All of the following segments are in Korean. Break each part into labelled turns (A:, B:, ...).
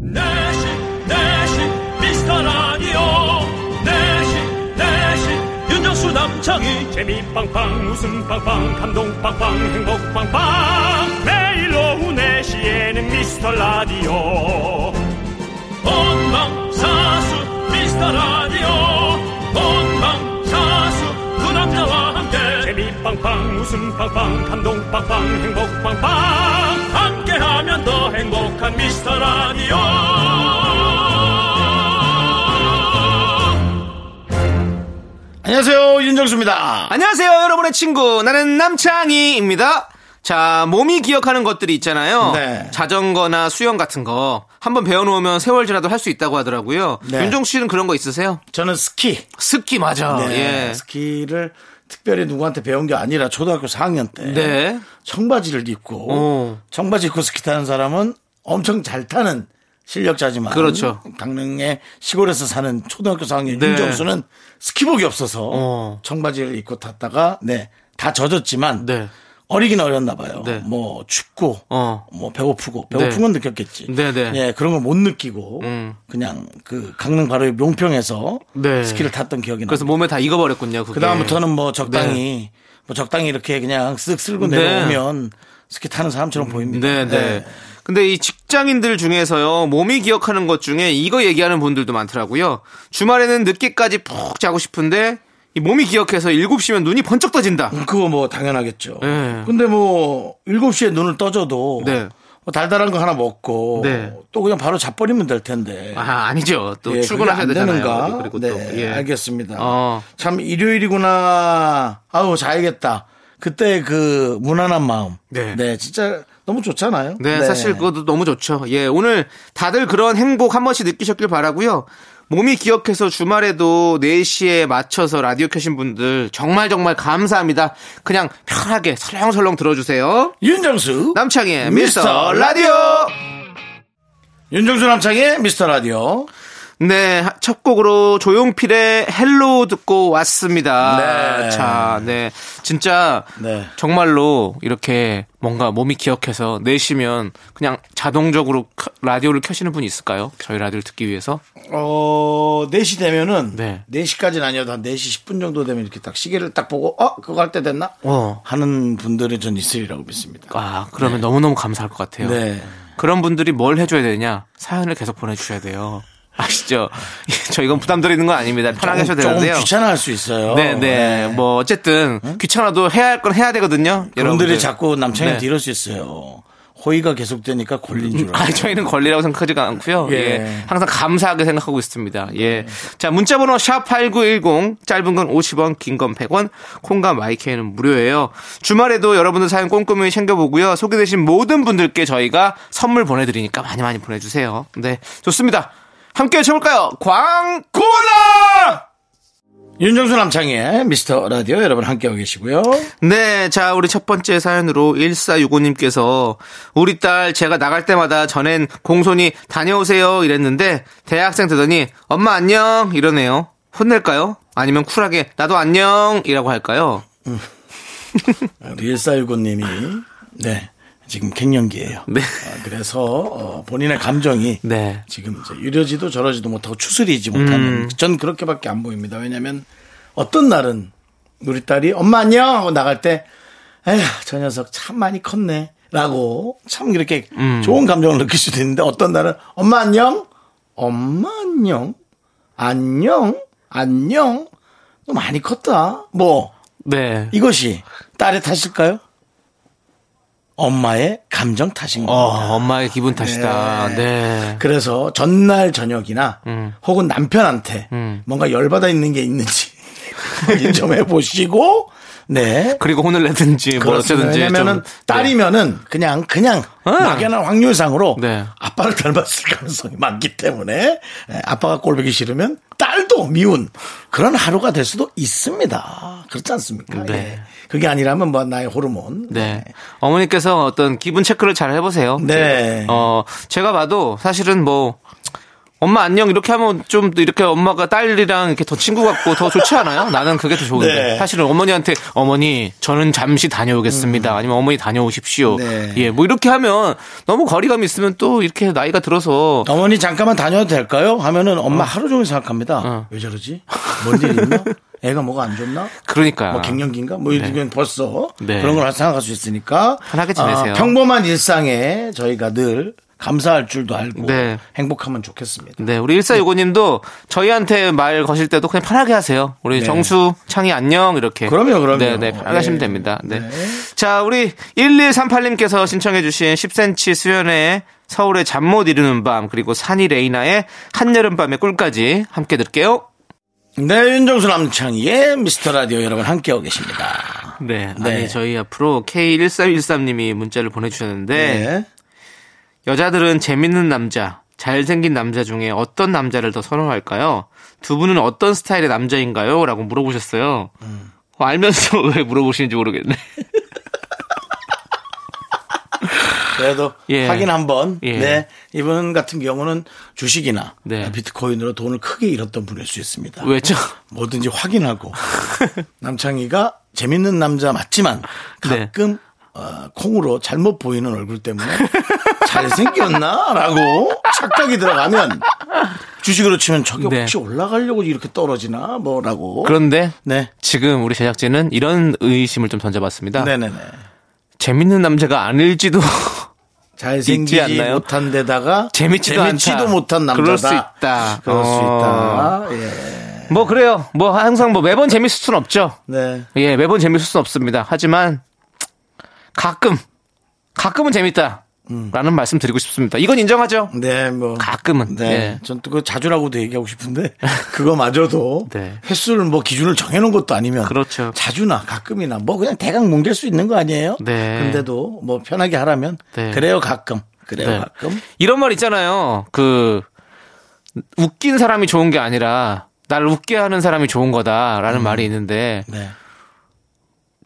A: 내식 내식 미스터 라디오 내식 내식 윤정수 남창희
B: 재미 빵빵 웃음 빵빵 감동 빵빵 행복 빵빵 매일 오후 4시에는 미스터 라디오
A: 본방사수 미스터 라디오 본방사수 그 남자와 함께
B: 재미 빵빵 웃음 빵빵 감동 빵빵 행복 빵빵
A: 함께하면 더 행복한 미스터 라디오
C: 안녕하세요 윤정수입니다.
D: 안녕하세요, 여러분의 친구. 나는 남창희입니다. 자, 몸이 기억하는 것들이 있잖아요.
C: 네.
D: 자전거나 수영 같은 거 한번 배워놓으면 세월 지나도 할 수 있다고 하더라고요.
C: 네.
D: 윤종 씨는 그런 거 있으세요?
C: 저는 스키.
D: 스키 맞아.
C: 네,
D: 예.
C: 스키를 특별히 누구한테 배운 게 아니라 초등학교 4학년 때
D: 네.
C: 청바지를 입고
D: 오.
C: 청바지 입고 스키 타는 사람은 엄청 잘 타는 실력자지만
D: 그렇죠.
C: 강릉의 시골에서 사는 초등학교 4학년
D: 네.
C: 윤정수는 스키복이 없어서
D: 어.
C: 청바지를 입고 탔다가 네 다 젖었지만
D: 네.
C: 어리긴 어렸나 봐요.
D: 네.
C: 뭐 춥고
D: 어.
C: 뭐 배고프고 배고픈
D: 네.
C: 건 느꼈겠지.
D: 네, 네.
C: 예, 그런 걸 못 느끼고
D: 음.
C: 그냥 그 강릉 바로 용평에서
D: 네.
C: 스키를 탔던 기억이 나요.
D: 그래서 몸에 다 익어버렸군요. 그게.
C: 그 다음부터는 뭐 적당히 뭐 적당히 이렇게 그냥 쓱 쓸고
D: 네.
C: 내려오면 스키 타는 사람처럼 보입니다.
D: 네, 네. 근데 이 직장인들 중에서요, 몸이 기억하는 것 중에 이거 얘기하는 분들도 많더라고요. 주말에는 늦게까지 푹 자고 싶은데, 이 몸이 기억해서 7시면 눈이 번쩍 떠진다.
C: 음, 그거 뭐 당연하겠죠.
D: 네.
C: 근데 뭐 7시에 눈을 떠져도
D: 네.
C: 뭐 달달한 거 하나 먹고
D: 네.
C: 또 그냥 바로 자버리면 될 텐데.
D: 아, 아니죠. 또
C: 예,
D: 출근하셔야
C: 그게 안
D: 되잖아요.
C: 되는가?
D: 그리고
C: 네,
D: 또 예.
C: 알겠습니다.
D: 어.
C: 참 일요일이구나. 아우 자야겠다. 그때 그 무난한 마음.
D: 네.
C: 진짜 너무 좋잖아요.
D: 네, 사실 그것도 너무 좋죠. 예, 오늘 다들 그런 행복 한 번씩 느끼셨길 바라고요. 몸이 기억해서 주말에도 4시에 맞춰서 라디오 켜신 분들 정말 정말 감사합니다. 그냥 편하게 설렁설렁 들어주세요.
C: 윤정수
D: 남창의
C: 미스터
D: 예, 미스터 라디오.
C: 윤정수 남창의 미스터 라디오.
D: 네, 첫 곡으로 조용필의 헬로우 듣고 왔습니다.
C: 네.
D: 자, 네. 진짜
C: 네.
D: 정말로 이렇게 뭔가 몸이 기억해서 내시면 그냥 자동적으로 켜- 라디오를 켜시는 분이 있을까요? 저희 라디오를 듣기 위해서?
C: 어, 4시 되면은
D: 네.
C: 4시까지는 아니어도 한 4시 10분 정도 되면 이렇게 딱 시계를 딱 보고 어, 그거 할 때 됐나?
D: 어.
C: 하는 분들이 전 있으리라고 믿습니다.
D: 아, 그러면 너무너무 감사할 것 같아요.
C: 네.
D: 그런 분들이 뭘 해줘야 되냐? 사연을 계속 보내주셔야 돼요. 아시죠? 저희가 부담드리는 건 아닙니다. 편하게 하셔도
C: 조금
D: 되는데요.
C: 귀찮아 할 수 있어요.
D: 네, 네. 뭐 어쨌든 귀찮아도 해야 할 건 해야 되거든요.
C: 여러분들이 자꾸 남창이
D: 네.
C: 테 이럴 수 있어요. 호의가 계속되니까 걸린 줄
D: 아,
C: 알아요.
D: 저희는 권리라고 생각하지가 않고요.
C: 예.
D: 예. 항상 감사하게 생각하고 있습니다. 예. 자, 문자 번호 샵8910 짧은 건 50원, 긴 건 100원, 콩과 마이크는 무료예요. 주말에도 여러분들 사연 꼼꼼히 챙겨 보고요. 소개되신 모든 분들께 저희가 선물 보내 드리니까 많이 많이 보내 주세요. 네. 좋습니다. 함께 쳐 볼까요? 광고나!
C: 아, 윤정수 남창의 미스터 라디오 여러분 함께하고 계시고요.
D: 네, 자, 우리 첫 번째 사연으로 1465님께서 우리 딸 제가 나갈 때마다 전엔 공손히 다녀오세요 이랬는데 대학생 되더니 엄마 안녕 이러네요. 혼낼까요? 아니면 쿨하게 나도 안녕 이라고 할까요?
C: 우리 네. 1469님이 네 지금 갱년기예요.
D: 네.
C: 아, 그래서 어, 본인의 감정이
D: 네.
C: 지금 이제 이러지도 저러지도 못하고 추스리지 못하는
D: 음.
C: 전 그렇게밖에 안 보입니다. 왜냐하면 어떤 날은 우리 딸이 엄마 안녕 하고 나갈 때 에휴 저 녀석 참 많이 컸네 라고 참 이렇게
D: 음.
C: 좋은 감정을 느낄 수도 있는데 어떤 날은 엄마 안녕 엄마 안녕 안녕 안녕 너 많이 컸다 뭐
D: 네.
C: 이것이 딸의 탓일까요? 엄마의 감정 탓인
D: 어,
C: 겁니다.
D: 엄마의 기분 탓이다.
C: 네.
D: 네.
C: 그래서 전날 저녁이나
D: 음.
C: 혹은 남편한테 뭔가 열받아 있는 게 있는지 확인 좀 해보시고 네.
D: 그리고 혼을 내든지 뭐
C: 그렇습니다.
D: 어쩌든지
C: 왜냐면은
D: 좀-
C: 딸이면은 그냥 그냥
D: 아.
C: 막연한 확률상으로
D: 네.
C: 아빠를 닮았을 가능성이 많기 때문에 예, 아빠가 꼴보기 싫으면 딸도 미운 그런 하루가 될 수도 있습니다. 그렇지 않습니까?
D: 네.
C: 예. 그게 아니라면 뭐 나의 호르몬.
D: 네. 어머니께서 어떤 기분 체크를 잘 해보세요.
C: 네.
D: 어, 제가 봐도 사실은 뭐, 엄마 안녕 이렇게 하면 좀 이렇게 엄마가 딸이랑 이렇게 더 친구 같고 더 좋지 않아요? 나는 그게 더 좋은데
C: 네.
D: 사실은 어머니한테 어머니 저는 잠시 다녀오겠습니다 아니면 어머니 다녀오십시오
C: 음. 네.
D: 예 뭐 이렇게 하면 너무 거리감이 있으면 또 이렇게 나이가 들어서
C: 어머니 잠깐만 다녀도 될까요? 하면은 엄마
D: 어.
C: 하루 종일 생각합니다. 왜 저러지? 뭔 일 있나? 애가 뭐가 안 좋나?
D: 그러니까
C: 뭐 갱년기인가? 뭐 이런 벌써
D: 네.
C: 그런 걸 생각할 수 있으니까
D: 편하게
C: 아,
D: 지내세요.
C: 평범한 일상에 저희가 늘 감사할 줄도 알고
D: 네.
C: 행복하면 좋겠습니다.
D: 네, 우리 1465님도 저희한테 말 거실 때도 그냥 편하게 하세요. 우리 정수, 창이 안녕, 이렇게.
C: 네. 그럼요, 그럼요.
D: 네, 네, 편하게
C: 예.
D: 하시면 됩니다. 네.
C: 네.
D: 자, 우리 1138님께서 신청해주신 10cm 수연의 서울의 잠 못 이루는 밤, 그리고 산이 레이나의 한여름밤의 꿀까지 함께 들게요.
C: 네, 윤정수 남창희의 미스터 라디오 여러분 함께하고 계십니다.
D: 네,
C: 네.
D: 아니, 저희 앞으로 K1313님이 문자를 보내주셨는데,
C: 네.
D: 여자들은 재밌는 남자, 잘생긴 남자 중에 어떤 남자를 더 선호할까요? 두 분은 어떤 스타일의 남자인가요? 라고 물어보셨어요. 어, 알면서 왜 물어보시는지 모르겠네.
C: 그래도
D: 예.
C: 하긴 한번
D: 예.
C: 네 이분 같은 경우는 주식이나
D: 네.
C: 비트코인으로 돈을 크게 잃었던 분일 수 있습니다.
D: 왜죠?
C: 뭐든지 확인하고 남창희가 재밌는 남자 맞지만
D: 네.
C: 가끔 어, 콩으로 잘못 보이는 얼굴 때문에 잘생겼나라고 착각이 들어가면 주식으로 치면 저게
D: 네.
C: 혹시 올라가려고 이렇게 떨어지나 뭐라고
D: 그런데
C: 네
D: 지금 우리 제작진은 이런 의심을 좀 던져봤습니다.
C: 네네네
D: 재밌는 남자가 아닐지도 있지
C: 잘생기지
D: 않나요?
C: 못한 데다가
D: 재밌지도 않다.
C: 못한 남자다
D: 그럴 수 있다.
C: 그럴 수
D: 어.
C: 있다 예.
D: 뭐 그래요. 뭐 항상 뭐 매번 재밌을 순 없죠.
C: 네
D: 예, 매번 재밌을 순 없습니다. 하지만 가끔 가끔은 재밌다. 라는 말씀 드리고 싶습니다. 이건 인정하죠?
C: 네, 뭐.
D: 가끔은.
C: 네.
D: 예.
C: 전 또 그 자주라고도 얘기하고 싶은데, 그거마저도.
D: 네.
C: 횟수를 뭐 기준을 정해놓은 것도 아니면.
D: 그렇죠.
C: 자주나 가끔이나 뭐 그냥 대강 뭉갤 수 있는 거 아니에요?
D: 네.
C: 근데도 뭐 편하게 하라면.
D: 네.
C: 그래요, 가끔. 그래요,
D: 네.
C: 가끔.
D: 이런 말 있잖아요. 그 웃긴 사람이 좋은 게 아니라 날 웃게 하는 사람이 좋은
C: 음.
D: 거다라는 말이 있는데
C: 네.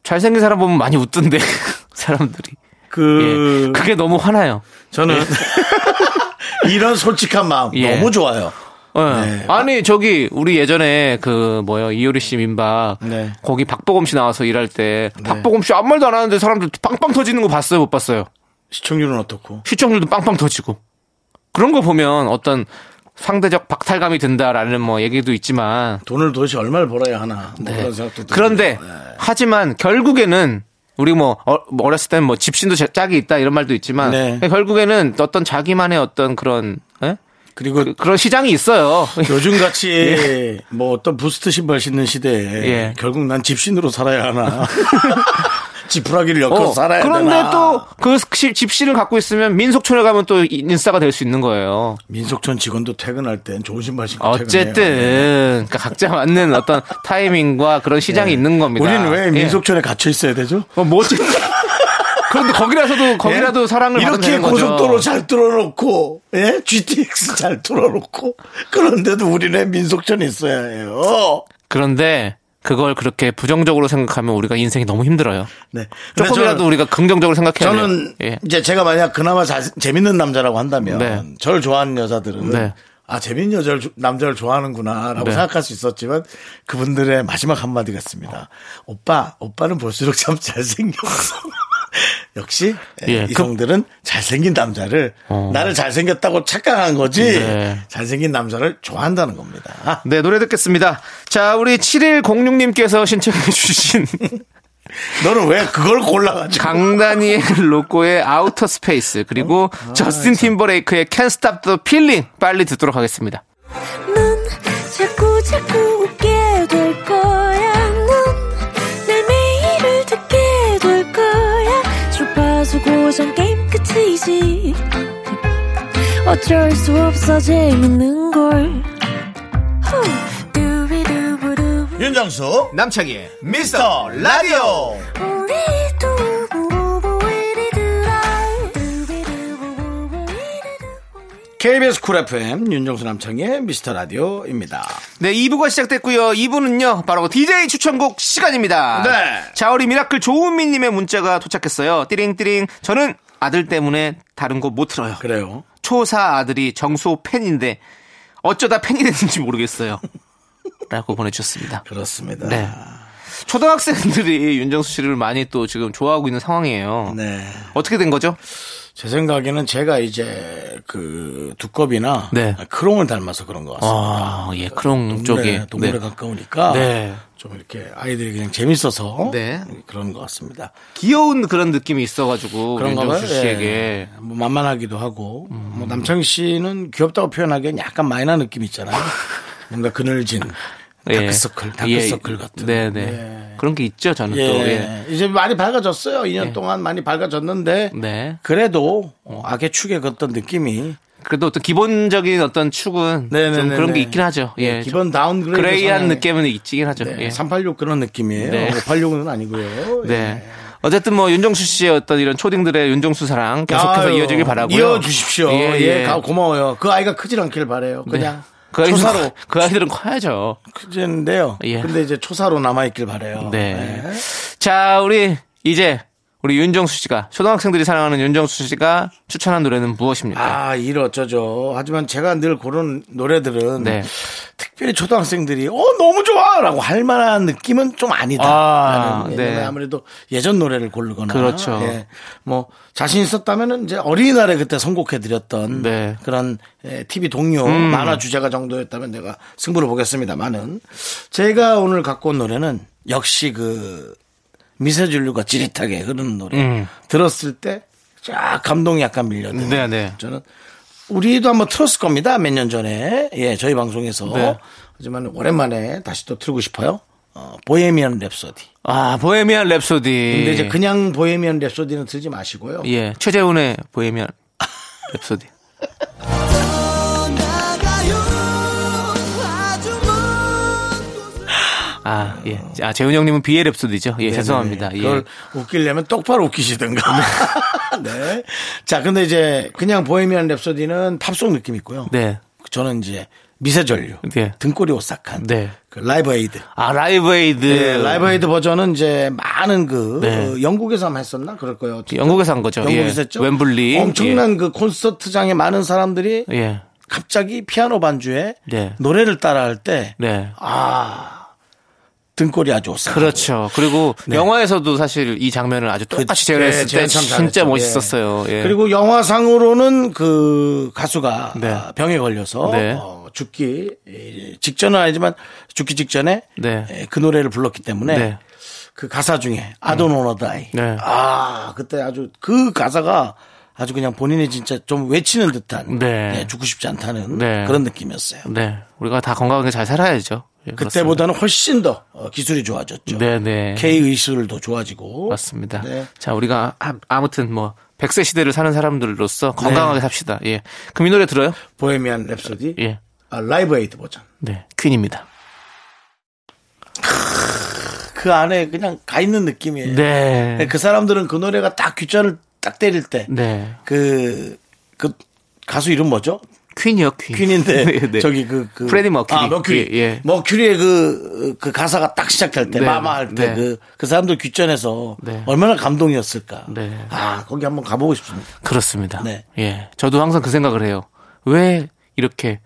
D: 잘생긴 사람 보면 많이 웃던데 사람들이.
C: 그,
D: 예. 그게 너무 화나요.
C: 저는. 이런 솔직한 마음
D: 예.
C: 너무 좋아요.
D: 예.
C: 네.
D: 아니 저기 우리 예전에 그 뭐요 이효리 씨 민박
C: 네.
D: 거기 박보검 씨 나와서 일할 때 박보검 씨 아무 말도 안 하는데 사람들 빵빵 터지는 거 봤어요 못 봤어요
C: 시청률은 어떻고.
D: 시청률도 빵빵 터지고 그런 거 보면 어떤 상대적 박탈감이 든다라는 뭐 얘기도 있지만
C: 돈을 도대체 얼마를 벌어야 하나. 뭐
D: 네.
C: 그런 생각도 들고.
D: 그런데
C: 네.
D: 하지만 결국에는 우리 뭐 어- 뭐 어렸을 때는 뭐 집신도 제- 짝이 있다 이런 말도 있지만 그러니까
C: 네.
D: 결국에는 어떤 자기만의 어떤 그런 예?
C: 그리고
D: 그, 런 시장이 있어요.
C: 요즘 같이 뭐 어떤 부스트 신발 신는 시대에
D: 예.
C: 결국 난 집신으로 살아야 하나. 지푸라기를 엮어서
D: 어,
C: 살아야
D: 그런데
C: 되나.
D: 또 그 집신을 갖고 있으면 민속촌에 가면 또 이- 인싸가 될 수 있는 거예요.
C: 민속촌 직원도 퇴근할 땐 좋은 신발 신고 퇴근해요. 네.
D: 어쨌든 그러니까 각자 맞는 어떤 타이밍과 그런 시장이 있는 겁니다.
C: 우리는 왜
D: 예.
C: 민속촌에 갇혀 있어야 되죠?
D: 어, 뭐 어쨌든. 그런데 거기라서도 거기라도
C: 예?
D: 사랑을 받으면
C: 이렇게
D: 되는 거죠.
C: 고속도로 잘 뚫어놓고 예? GTX 잘 뚫어놓고 그런데도 우리는 민속촌에 있어야 해요.
D: 그런데 그걸 그렇게 부정적으로 생각하면 우리가 인생이 너무 힘들어요.
C: 네. 근데
D: 조금이라도
C: 저는-
D: 우리가 긍정적으로 생각해야
C: 저는
D: 돼요. 예.
C: 이제 제가 만약 그나마 자- 재밌는 남자라고 한다면
D: 네.
C: 저를 좋아하는 여자들은
D: 네.
C: 아 재밌는 여자를 조- 남자를 좋아하는구나라고
D: 네.
C: 생각할 수 있었지만 그분들의 마지막 한마디 같습니다. 오빠 오빠는 볼수록 참 잘생겼어. 역시
D: 예, 어.
C: 이성들은 잘생긴 남자를 나를 잘생겼다고 착각한 거지
D: 네.
C: 잘생긴 남자를 좋아한다는 겁니다.
D: 네, 노래 듣겠습니다. 자, 우리 7106님께서 신청해주신
C: 너는 왜 그걸 골라가지고
D: 강다니엘 로꼬의 아우터 스페이스, 그리고 저스틴 팀버레이크의 Can't Stop the Feeling 빨리 듣도록 하겠습니다.
E: 넌 자꾸 자꾸 웃게 될 거야. 넌내 매일을 듣게 될 거야. 주파수 고정 게임 끝이지. 어쩔 수 없어 재밌는 걸. 후. 두비두부두.
C: 윤정수
D: 남창희의
C: 미스터 라디오
E: 우리 두부부부 우리들아. 두비두부부부 우리들아.
C: KBS 쿨 FM 윤정수 남창의 미스터 라디오입니다.
D: 네, 2부가 시작됐고요. 2부는요, 바로 DJ 추천곡 시간입니다.
C: 네.
D: 자, 우리 미라클 조은미님의 문자가 도착했어요. 띠링띠링. 저는 아들 때문에 다른 거 못 들어요.
C: 그래요.
D: 초사 아들이 정수호 팬인데 어쩌다 팬이 됐는지 모르겠어요. 라고 보내주셨습니다.
C: 그렇습니다.
D: 네. 초등학생들이 윤정수 씨를 많이 또 지금 좋아하고 있는 상황이에요.
C: 네.
D: 어떻게 된 거죠?
C: 제 생각에는 제가 이제 그 두꺼비나
D: 네.
C: 크롱을 닮아서 그런 것 같습니다.
D: 아, 예,
C: 동물에,
D: 크롱 쪽에.
C: 동물에
D: 네.
C: 가까우니까
D: 네.
C: 좀 이렇게 아이들이 그냥 재밌어서
D: 네.
C: 그런 것 같습니다.
D: 귀여운 그런 느낌이 있어가지고
C: 그런가 봐요.
D: 뭐 윤정수 씨에게 음.
C: 예. 뭐 만만하기도 하고 뭐 남창희 씨는 귀엽다고 표현하기엔 약간 마이너 느낌 있잖아요. 뭔가 그늘진
D: 예.
C: 다크서클,
D: 예.
C: 다크서클 같은.
D: 네네. 그런 게 있죠, 저는
C: 예.
D: 또. 예.
C: 이제 많이 밝아졌어요. 2년 동안 많이 밝아졌는데
D: 네.
C: 그래도 어, 악의 축의 그 어떤 느낌이
D: 그래도 어떤 기본적인 어떤 축은 좀
C: 네네네네.
D: 그런 게 있긴 하죠. 예.
C: 네,
D: 좀
C: 기본 다운 그레이드
D: 그레이한
C: 성향의-
D: 느낌은 있긴 하죠.
C: 네,
D: 예.
C: 386 그런 느낌이에요.
D: 네.
C: 586은 아니고요. 예.
D: 네. 어쨌든 뭐 윤정수 씨의 어떤 이런 초딩들의 윤정수 사랑 계속해서
C: 아유,
D: 이어지길 바라고요.
C: 이어주십시오. 예, 가- 고마워요. 그 아이가 크질 않길 바래요.
D: 네.
C: 그냥
D: 그 아이들은,
C: 초사로
D: 그 아이들은 커야죠.
C: 크는데요.
D: 예.
C: 근데 이제 초사로 남아 있길 바래요.
D: 네. 자, 우리 이제 우리 윤정수 씨가 초등학생들이 사랑하는 윤정수 씨가 추천한 노래는 무엇입니까?
C: 아, 일 어쩌죠. 하지만 제가 늘 고른 노래들은
D: 네.
C: 특별히 초등학생들이 어 너무 좋아라고 할 만한 느낌은 좀 아니다.
D: 아,
C: 아,
D: 네.
C: 아무래도 예전 노래를 고르거나
D: 그렇죠.
C: 예. 뭐 자신 있었다면은 이제 어린이날에 그때 선곡해 드렸던
D: 네. 음.
C: 그런 예, TV 동료 만화 주제가 정도였다면 내가 승부를 보겠습니다만은 제가 오늘 갖고 온 노래는 역시 그 미세진류가 찌릿하게 흐르는 노래
D: 음.
C: 들었을 때 쫙 감동이 약간 밀려드는
D: 네, 네.
C: 저는 우리도 한번 틀었을 겁니다. 몇 년 전에. 예, 저희 방송에서.
D: 네.
C: 하지만 오랜만에 다시 또 틀고 싶어요. 어, 보헤미안 랩소디.
D: 아, 보헤미안 랩소디.
C: 근데 이제 그냥 보헤미안 랩소디는 틀지 마시고요.
D: 예, 최재훈의 보헤미안 랩소디. 아, 예. 아, 재훈 형님은 비의 랩소디죠. 예, 죄송합니다. 예.
C: 네, 그걸 웃기려면 똑바로 웃기시든가. 네. 자, 근데 이제 그냥 보헤미안 랩소디는 팝송 느낌 있고요.
D: 네.
C: 저는 이제 미세전류.
D: 네.
C: 등골이 오싹한.
D: 네.
C: 그 라이브 에이드.
D: 아, 라이브 에이드.
C: 네, 라이브 에이드 버전은 이제 많은 그
D: 네.
C: 어, 영국에서만 했었나 그럴 거예요. 어쨌든.
D: 영국에서 한 거죠.
C: 영국에서
D: 예.
C: 했죠.
D: 웸블리.
C: 엄청난 그 콘서트장에 많은 사람들이
D: 예. 예.
C: 갑자기 피아노 반주에
D: 네.
C: 노래를 따라할 때 아,
D: 네.
C: 등골이 아주 오싹.
D: 그렇죠. 그리고 영화에서도 사실 이 장면을 아주 똑같이 네,
C: 네,
D: 재현했을 때 진짜 멋있었어요. 예.
C: 그리고 영화상으로는 그 가수가
D: 네.
C: 아, 병에 걸려서
D: 네.
C: 어, 죽기 예, 직전은 아니지만 죽기 직전에
D: 네.
C: 예, 그 노래를 불렀기 때문에
D: 네.
C: 그 가사 중에 I don't wanna die.
D: 네.
C: 아, 그때 아주 그 가사가 아주 그냥 본인이 진짜 좀 외치는 듯한
D: 네.
C: 예, 죽고 싶지 않다는
D: 네.
C: 그런 느낌이었어요.
D: 네. 우리가 다 건강하게 잘 살아야죠. 예, 그렇습니다.
C: 그때보다는 훨씬 더 어, 기술이 좋아졌죠.
D: 네, 네.
C: K 의술도 좋아지고
D: 맞습니다.
C: 네.
D: 자, 우리가 아- 아무튼 뭐 100세 시대를 사는 사람들로서 건강하게 삽시다. 예. 그럼 이 노래 들어요?
C: 보헤미안 랩소디
D: 예.
C: 아, 라이브 에이드 버전.
D: 네. 퀸입니다.
C: 그 안에 그냥 가 있는 느낌이에요.
D: 네.
C: 그 사람들은 그 노래가 딱 귓자를 딱 때릴 때 그
D: 네.
C: 그 가수 이름 뭐죠?
D: 퀸이요, 퀸.
C: 퀸인데
D: 네, 네.
C: 저기 그, 그
D: 프레디 머큐리.
C: 아, 머큐리.
D: 예, 예.
C: 머큐리의 그, 그 가사가 딱 시작할 때
D: 네.
C: 마마 할 때 그
D: 네.
C: 그 사람들 귓전에서
D: 네.
C: 얼마나 감동이었을까.
D: 네.
C: 아 거기 한번 가보고 싶습니다.
D: 그렇습니다.
C: 네.
D: 예. 저도 항상 그 생각을 해요. 왜 이렇게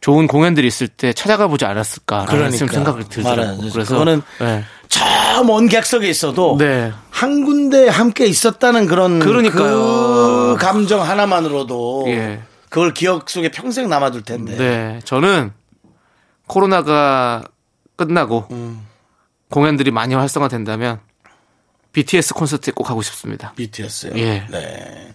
D: 좋은 공연들이 있을 때 찾아가 보지 않았을까라는 지금 생각을
C: 그러니까. 말하는
D: 들더라고요.
C: 거죠.
D: 그래서
C: 그거는
D: 네.
C: 저 먼 객석에 있어도
D: 네.
C: 한 군데 함께 있었다는 그런
D: 그러니까요.
C: 그 감정 하나만으로도
D: 예.
C: 그걸 기억 속에 평생 남아둘 텐데.
D: 네. 저는 코로나가 끝나고
C: 음.
D: 공연들이 많이 활성화된다면 BTS 콘서트에 꼭 가고 싶습니다.
C: BTS요.
D: 예.
C: 네.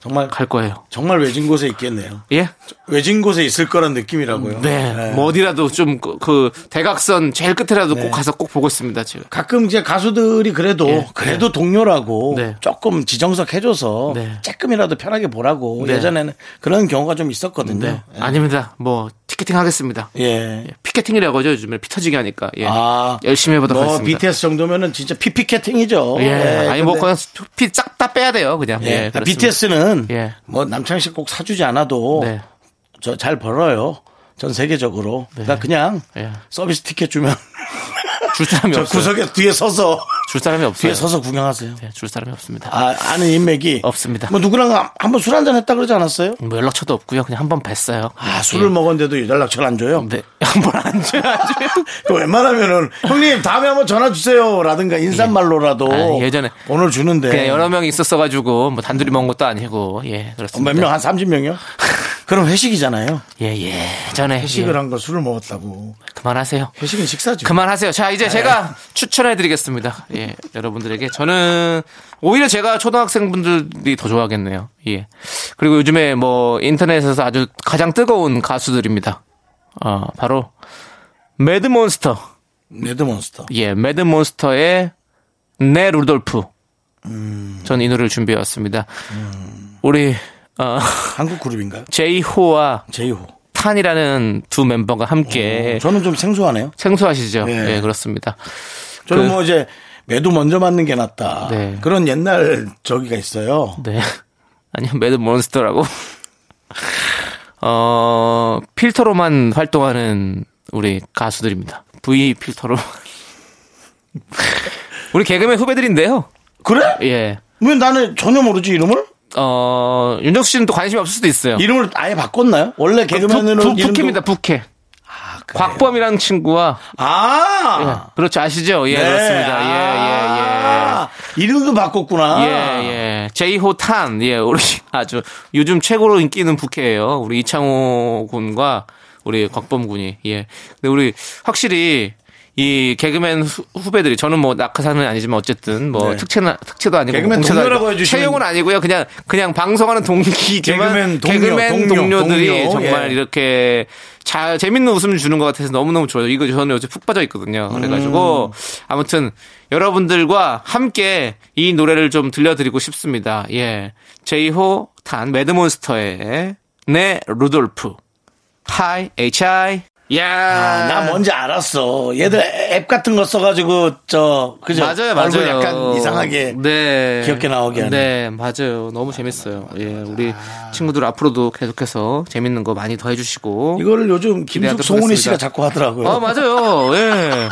C: 정말
D: 갈 거예요.
C: 정말 외진 곳에 있겠네요.
D: 예?
C: 외진 곳에 있을 거란 느낌이라고요.
D: 네. 뭐 어디라도 좀 그 대각선 제일 끝에라도
C: 네.
D: 꼭 가서 꼭 보고 있습니다, 지금.
C: 가끔 이제 가수들이 그래도
D: 예.
C: 그래도 동료라고
D: 네.
C: 조금 지정석 해줘서
D: 네.
C: 조금이라도 편하게 보라고
D: 네.
C: 예전에는 그런 경우가 좀 있었거든요.
D: 네. 아닙니다. 뭐 티켓팅 하겠습니다.
C: 예.
D: 예, 피켓팅이라고 하죠. 요즘에 피터지게 하니까. 예.
C: 아.
D: 열심히 해보도록
C: 뭐
D: 하겠습니다.
C: BTS 정도면은 진짜 피피캐팅이죠.
D: 예. 아니 뭐
C: 어, 네, 근데-
D: 그냥 피쫙다 빼야 돼요. 그냥.
C: 예.
D: 예. 그렇습니다.
C: BTS는
D: 예.
C: 뭐 남창식 꼭 사주지 않아도
D: 네.
C: 저 잘 벌어요. 전 세계적으로. 그러니까 그냥
D: 네. 예.
C: 서비스 티켓 주면
D: 줄 사람이
C: 저
D: 없어요. 네.
C: 구석에 뒤에 서서
D: 줄 사람이 없어요.
C: 뒤에 서서 구경하세요.
D: 네, 줄 사람이 없습니다.
C: 아, 아는 인맥이
D: 없습니다.
C: 뭐 누구랑 한번 술 한잔 했다 그러지 않았어요?
D: 뭐 연락처도 없고요. 그냥 한 번 뵀어요.
C: 아, 술을
D: 예.
C: 먹었는데도 연락처를 안 줘요?
D: 네, 한번안 줘야죠.
C: 그 웬만하면은 형님 다음에 한번 전화 주세요 라든가 인사말로라도
D: 예. 아, 예전에
C: 번호를 주는데
D: 그냥 여러 명이 있었어가지고 뭐 단둘이 먹은 것도 아니고 예 그렇습니다.
C: 어, 몇 명 한 30명이요? 그럼 회식이잖아요.
D: 예예 전에
C: 회식을
D: 예,
C: 한 거 술을 먹었다고.
D: 그만하세요.
C: 회식은 식사죠.
D: 그만하세요. 자
C: 아,
D: 이제
C: 예.
D: 제가 추천해드리겠습니다. 예 여러분들에게 저는 오히려 제가 초등학생분들이 더 좋아하겠네요. 예 그리고 요즘에 뭐 인터넷에서 아주 가장 뜨거운 가수들입니다. 어 바로 매드몬스터.
C: 레드몬스터.
D: 예, 매드몬스터의 네 루돌프.
C: 음.
D: 전 이 노래를 준비해왔습니다. 우리 어,
C: 한국 그룹인가요?
D: 제이호와
C: 제이호.
D: 탄이라는 두 멤버가 함께
C: 저는 좀 생소하네요.
D: 생소하시죠?
C: 예.
D: 예, 그렇습니다.
C: 저는
D: 그-
C: 뭐 이제 매도 먼저 맞는 게 낫다.
D: 네.
C: 그런 옛날 저기가 있어요.
D: 네. 아니요, 매드몬스터라고. 어, 필터로만 활동하는 우리 가수들입니다. V 필터로. 우리 개그맨 후배들인데요.
C: 그래?
D: 예.
C: 왜 나는 전혀 모르지 이름을?
D: 어, 윤정수 씨는 또 관심이 없을 수도 있어요.
C: 이름을 아예 바꿨나요? 원래 개그맨으로
D: 북,
C: 이름도- 아,
D: 북해입니다. 북해.
C: 그래요?
D: 곽범이라는 친구와
C: 아.
D: 예, 그렇죠 아시죠? 예
C: 네.
D: 그렇습니다.
C: 아, 이름도 바꿨구나.
D: 예 예 예. 예, 예. 제이호 탄. 예, 우리 아주 요즘 최고로 인기 있는 북해예요. 우리 이창호 군과 우리 곽범 군이. 예. 근데 우리 확실히 이 개그맨 후, 후배들이 저는 뭐 낙하산은 아니지만 어쨌든 뭐
C: 네.
D: 특채나 특채도 아니고
C: 개그맨
D: 공채도
C: 동료라고
D: 아니고
C: 해주시면-
D: 채용은 아니고요 그냥 그냥 방송하는 동기지만
C: 개그맨 동료, 동료,
D: 들이
C: 동료.
D: 정말
C: 예.
D: 이렇게 잘 재밌는 웃음을 주는 것 같아서 너무너무 좋아요. 이거 저는 요새 푹 빠져 있거든요. 그래가지고
C: 음.
D: 아무튼 여러분들과 함께 이 노래를 좀 들려드리고 싶습니다. 예, 제이호 탄 매드몬스터의 네 루돌프 하이 H.I. 야,
C: 아, 나 뭔지 알았어. 얘들 앱 같은 거 써가지고 저 그죠?
D: 맞아요, 맞아요.
C: 얼굴 약간 이상하게
D: 네.
C: 귀엽게 나오게 하는. 아.
D: 네, 맞아요. 너무 재밌어요. 예, 우리 친구들 앞으로도 계속해서 재밌는 거 많이 더 해주시고.
C: 이거를 요즘
D: 기대하도록
C: 김숙 송은희
D: 하겠습니다.
C: 씨가 자꾸 하더라고요.
D: 어, 맞아요. 예.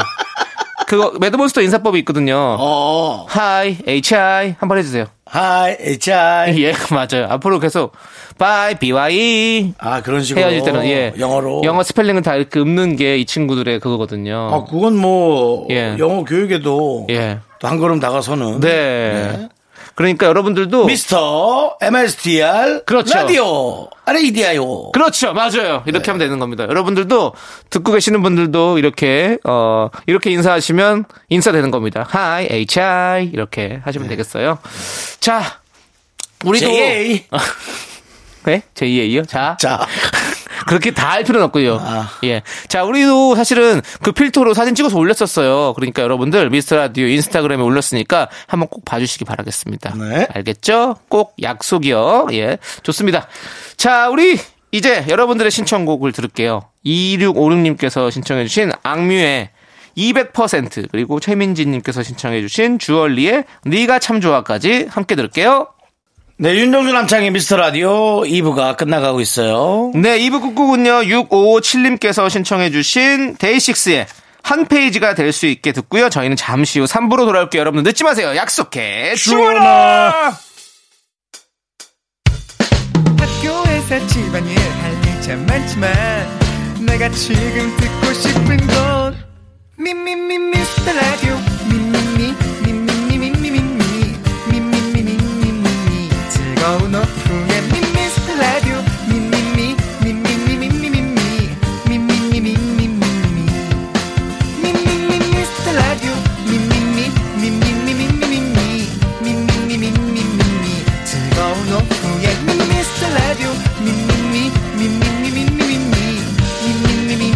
D: 그거 매드몬스터 인사법이 있거든요.
C: 어,
D: 하이, HI 한번 해주세요.
C: 하이, HI.
D: 예, 맞아요. 앞으로 계속 바이, BYE
C: 아 그런 식으로
D: 헤어질 E. 때는 예.
C: 영어로.
D: 영어 스펠링은 다 이렇게 읊는 게 이 친구들의 그거거든요.
C: 아 그건 뭐
D: 예.
C: 영어 교육에도
D: 예.
C: 또 한 걸음 다가서는.
D: 네. 그러니까 여러분들도
C: 미스터 MSTR
D: 그렇죠.
C: 라디오 아레이디아요.
D: 그렇죠. 맞아요. 이렇게 하면 되는 겁니다. 여러분들도 듣고 계시는 분들도 이렇게 어 이렇게 인사하시면 인사되는 겁니다. Hi, HI 이렇게 하시면 되겠어요. 자, 우리도
C: JA.
D: 네? JA요? 자.
C: 자,
D: 그렇게 다 할 필요는 없고요.
C: 아.
D: 예. 자, 우리도 사실은 그 필터로 사진 찍어서 올렸었어요. 그러니까 여러분들 미스터 라디오 인스타그램에 올렸으니까 한번 꼭 봐주시기 바라겠습니다.
C: 네.
D: 알겠죠? 꼭 약속이요. 예. 좋습니다. 자, 우리 이제 여러분들의 신청곡을 들을게요. 2656님께서 신청해주신 악뮤의 200% 그리고 최민지님께서 신청해주신 주얼리의 네가 참 좋아까지 함께 들을게요.
C: 네 윤종수 남창의 미스터 라디오 2부가 끝나가고 있어요.
D: 네, 2부 끝곡은요, 6557님께서 신청해주신 데이식스의 한 페이지가 될 수 있게 듣고요. 저희는 잠시 후 3부로 돌아올게요. 여러분 늦지 마세요. 약속해. 주원아!
F: 학교에서 집안일 할 일 참 많지만 내가 지금 듣고 싶은 건 미미미 미스터 라디오 미미미 미미미 미미미 미미미 미미미 즐거운 오후에 미스터 라디오 미미미 미미미 미미미 미미미 미미미 미미미 미스터 라디오 미미미 미미미 미미미 미미미 미미미 즐거운 오후에 Mr. Radio 미미미 미미미 미미미 미미미 미미미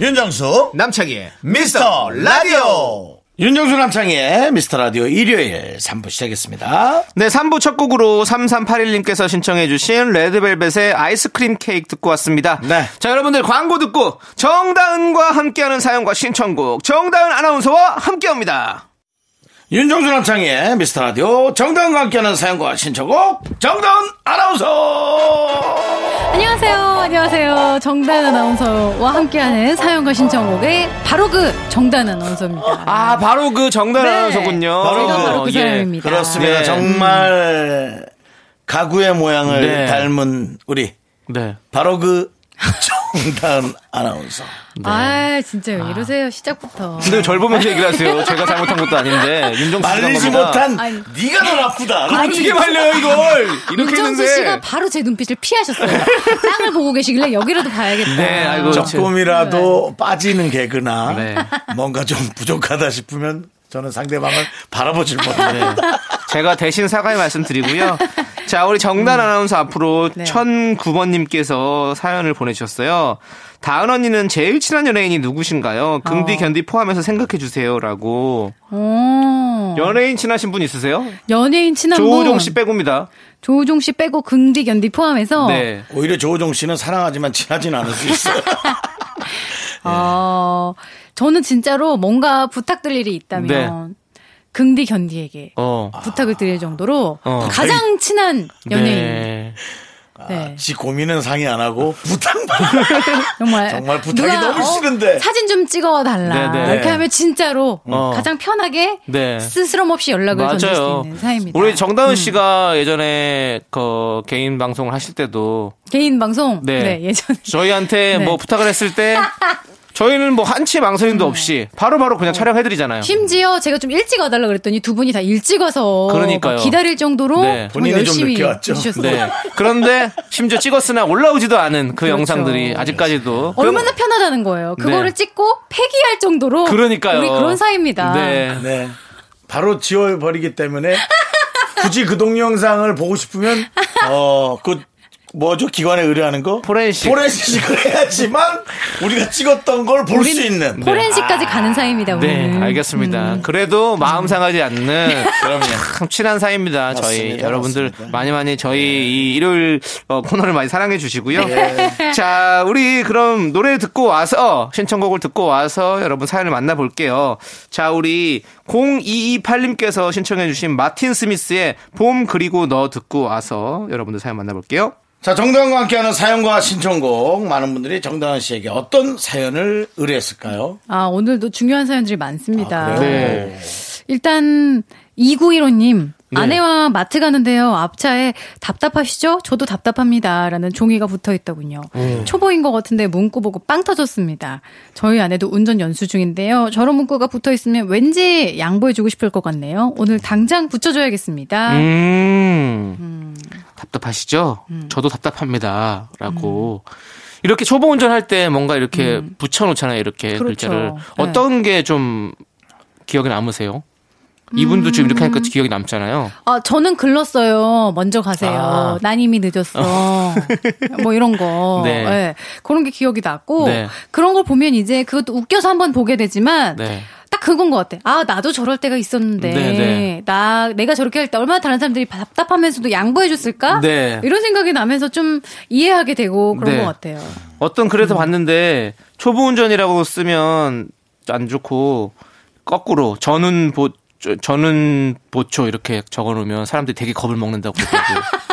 C: 윤정수
D: 남창희의
C: 미스터 라디오 윤정수 남창의 미스터 라디오 일요일 3부 시작했습니다.
D: 네, 3부 첫 곡으로 3381님께서 신청해주신 레드벨벳의 아이스크림 케이크 듣고 왔습니다.
C: 네.
D: 자, 여러분들 광고 듣고 정다은과 함께하는 사연과 신청곡 정다은 아나운서와 함께합니다.
C: 윤정수 남창희의 미스터 라디오 정당과 함께하는 사연과 신청곡 정다운 아나운서
G: 안녕하세요. 안녕하세요. 정다은 아나운서와 함께하는 사연과 신청곡의 바로 그 정다은 아나운서입니다.
D: 아, 바로 그 정단
G: 네.
D: 아나운서군요.
G: 바로 그- 바로 그
D: 예.
G: 사람입니다.
C: 그렇습니다
D: 네.
C: 정말 가구의 모양을
D: 네.
C: 닮은 우리
D: 네.
C: 바로 그 정다운 아나운서
D: 네.
G: 아, 진짜 왜 이러세요. 시작부터.
D: 근데 절 보면서 얘기를 하세요. 제가 잘못한 것도 아닌데. 윤정수 씨가 한
C: 말리지
D: 겁니다.
C: 못한
G: 아니.
C: 네가 더 나쁘다
D: 어떻게 말려요, 이걸? 이렇게
G: 윤정수
D: 했는데.
G: 씨가 바로 제 눈빛을 피하셨어요. 땅을 보고 계시길래 여기라도 봐야겠다.
D: 네, 아이고. 그렇죠.
C: 조금이라도 빠지는 개그나
D: 네.
C: 뭔가 좀 부족하다 싶으면 저는 상대방을 바라보질 못합니다.
D: 네. 제가 대신 사과의 말씀 드리고요. 자, 우리 정단 아나운서 앞으로
G: 음. 네.
D: 1009번님께서 사연을 보내주셨어요. 다은 언니는 제일 친한 연예인이 누구신가요? 금디
G: 어.
D: 견디 포함해서 생각해주세요. 라고.
G: 오.
D: 연예인 친하신 분 있으세요?
G: 어. 연예인 친한 분.
D: 조우종 씨 빼고입니다.
G: 조우종 씨 빼고 긍디 견디 포함해서
D: 네.
C: 오히려 조우종 씨는 사랑하지만 친하진 않을 수 있어요.
G: 어, 저는 진짜로 뭔가 부탁드릴 일이 있다면
D: 네.
G: 긍디 견디에게
D: 어.
G: 부탁을 드릴 정도로
D: 어.
G: 가장 친한 연예인.
D: 네.
G: 네.
C: 지 고민은 상의 안 하고 부탁만.
G: 정말
C: 정말 부탁이 너무
G: 어,
C: 싫은데.
G: 사진 좀 찍어 달라.
D: 네, 네.
G: 이렇게 하면 진짜로
D: 어.
G: 가장 편하게
D: 네.
G: 스스럼 없이 연락을 던질 수
D: 맞아요.
G: 있는 사이입니다. 음.
D: 우리 정다은 씨가 예전에 그 개인 방송을 하실 때도
G: 개인 방송
D: 네.
G: 네, 예전에
D: 저희한테
G: 네.
D: 뭐 부탁을 했을 때 저희는 뭐 한치 망설임도 없이 바로바로 그냥 촬영해드리잖아요.
G: 어. 심지어 제가 좀 일찍 와달라 그랬더니 두 분이 다 일찍 와서
D: 그러니까요.
G: 막 기다릴 정도로
D: 네.
G: 정말
C: 본인이 좀
G: 열심히
C: 늦게 왔죠.
G: 해주셨어요.
D: 네. 그런데 심지어 찍었으나 올라오지도 않은 그
G: 그렇죠.
D: 영상들이 아직까지도
G: 얼마나 편하다는 거예요. 그거를
D: 네.
G: 찍고 폐기할 정도로
D: 그러니까요.
G: 우리 그런 사이입니다.
D: 네.
C: 네. 바로 지워버리기 때문에 굳이 그 동영상을 보고 싶으면 어, 그 뭐죠? 기관에 의뢰하는 거?
D: 포렌식.
C: 포렌식을 해야지만 우리가 찍었던 걸 볼 수 있는.
G: 포렌식까지 가는 사이입니다.
D: 아. 네,
G: 우리는.
D: 알겠습니다. 그래도 마음 상하지 않는 예, 참 친한 사이입니다. 저희
C: 맞습니다,
D: 여러분들
C: 맞습니다. 네.
D: 많이 많이 저희 이 일요일 어, 코너를 많이 사랑해 주시고요.
C: 네.
D: 자, 우리 그럼 노래 듣고 와서 신청곡을 듣고 와서 여러분 사연을 만나 볼게요. 자, 우리 0228님께서 신청해 주신 마틴 스미스의 봄 그리고 너 듣고 와서 여러분들 사연 만나 볼게요.
C: 자, 정다은과 함께하는 사연과 신청곡. 많은 분들이 정다은 씨에게 어떤 사연을 의뢰했을까요?
G: 아, 오늘도 중요한 사연들이 많습니다.
D: 네.
G: 일단 2915님
D: 네.
G: 아내와 마트 가는데요. 앞차에 답답하시죠? 저도 답답합니다라는 종이가 붙어 있더군요.
D: 음.
G: 초보인 것 같은데 문구 보고 빵 터졌습니다. 저희 아내도 운전 연수 중인데요. 저런 문구가 붙어 있으면 왠지 양보해주고 싶을 것 같네요. 오늘 당장 붙여줘야겠습니다.
D: 음. 답답하시죠?
G: 음.
D: 저도 답답합니다. 라고. 이렇게 초보 운전할 때 뭔가 이렇게 붙여놓잖아요. 이렇게
G: 음. 그렇죠.
D: 글자를.
G: 네.
D: 어떤 게 좀 기억에 남으세요? 이분도 지금 이렇게
G: 음.
D: 하니까 기억에 남잖아요.
G: 아 저는 글렀어요. 먼저 가세요.
D: 아.
G: 난 이미 늦었어. 뭐 이런 거.
D: 네.
G: 예. 그런 게 기억이 났고
D: 네.
G: 그런 걸 보면 이제 그것도 웃겨서 한번 보게 되지만
D: 네.
G: 딱 그건 것 같아. 아, 나도 저럴 때가 있었는데.
D: 네, 네.
G: 나, 내가 저렇게 할 때 얼마나 다른 사람들이 답답하면서도 양보해줬을까?
D: 네.
G: 이런 생각이 나면서 좀 이해하게 되고 그런
D: 네.
G: 것 같아요.
D: 어떤 글에서 봤는데 초보 운전이라고 쓰면 안 좋고 거꾸로 전운 보 전운 보초 이렇게 적어놓으면 사람들이 되게 겁을 먹는다고 그러고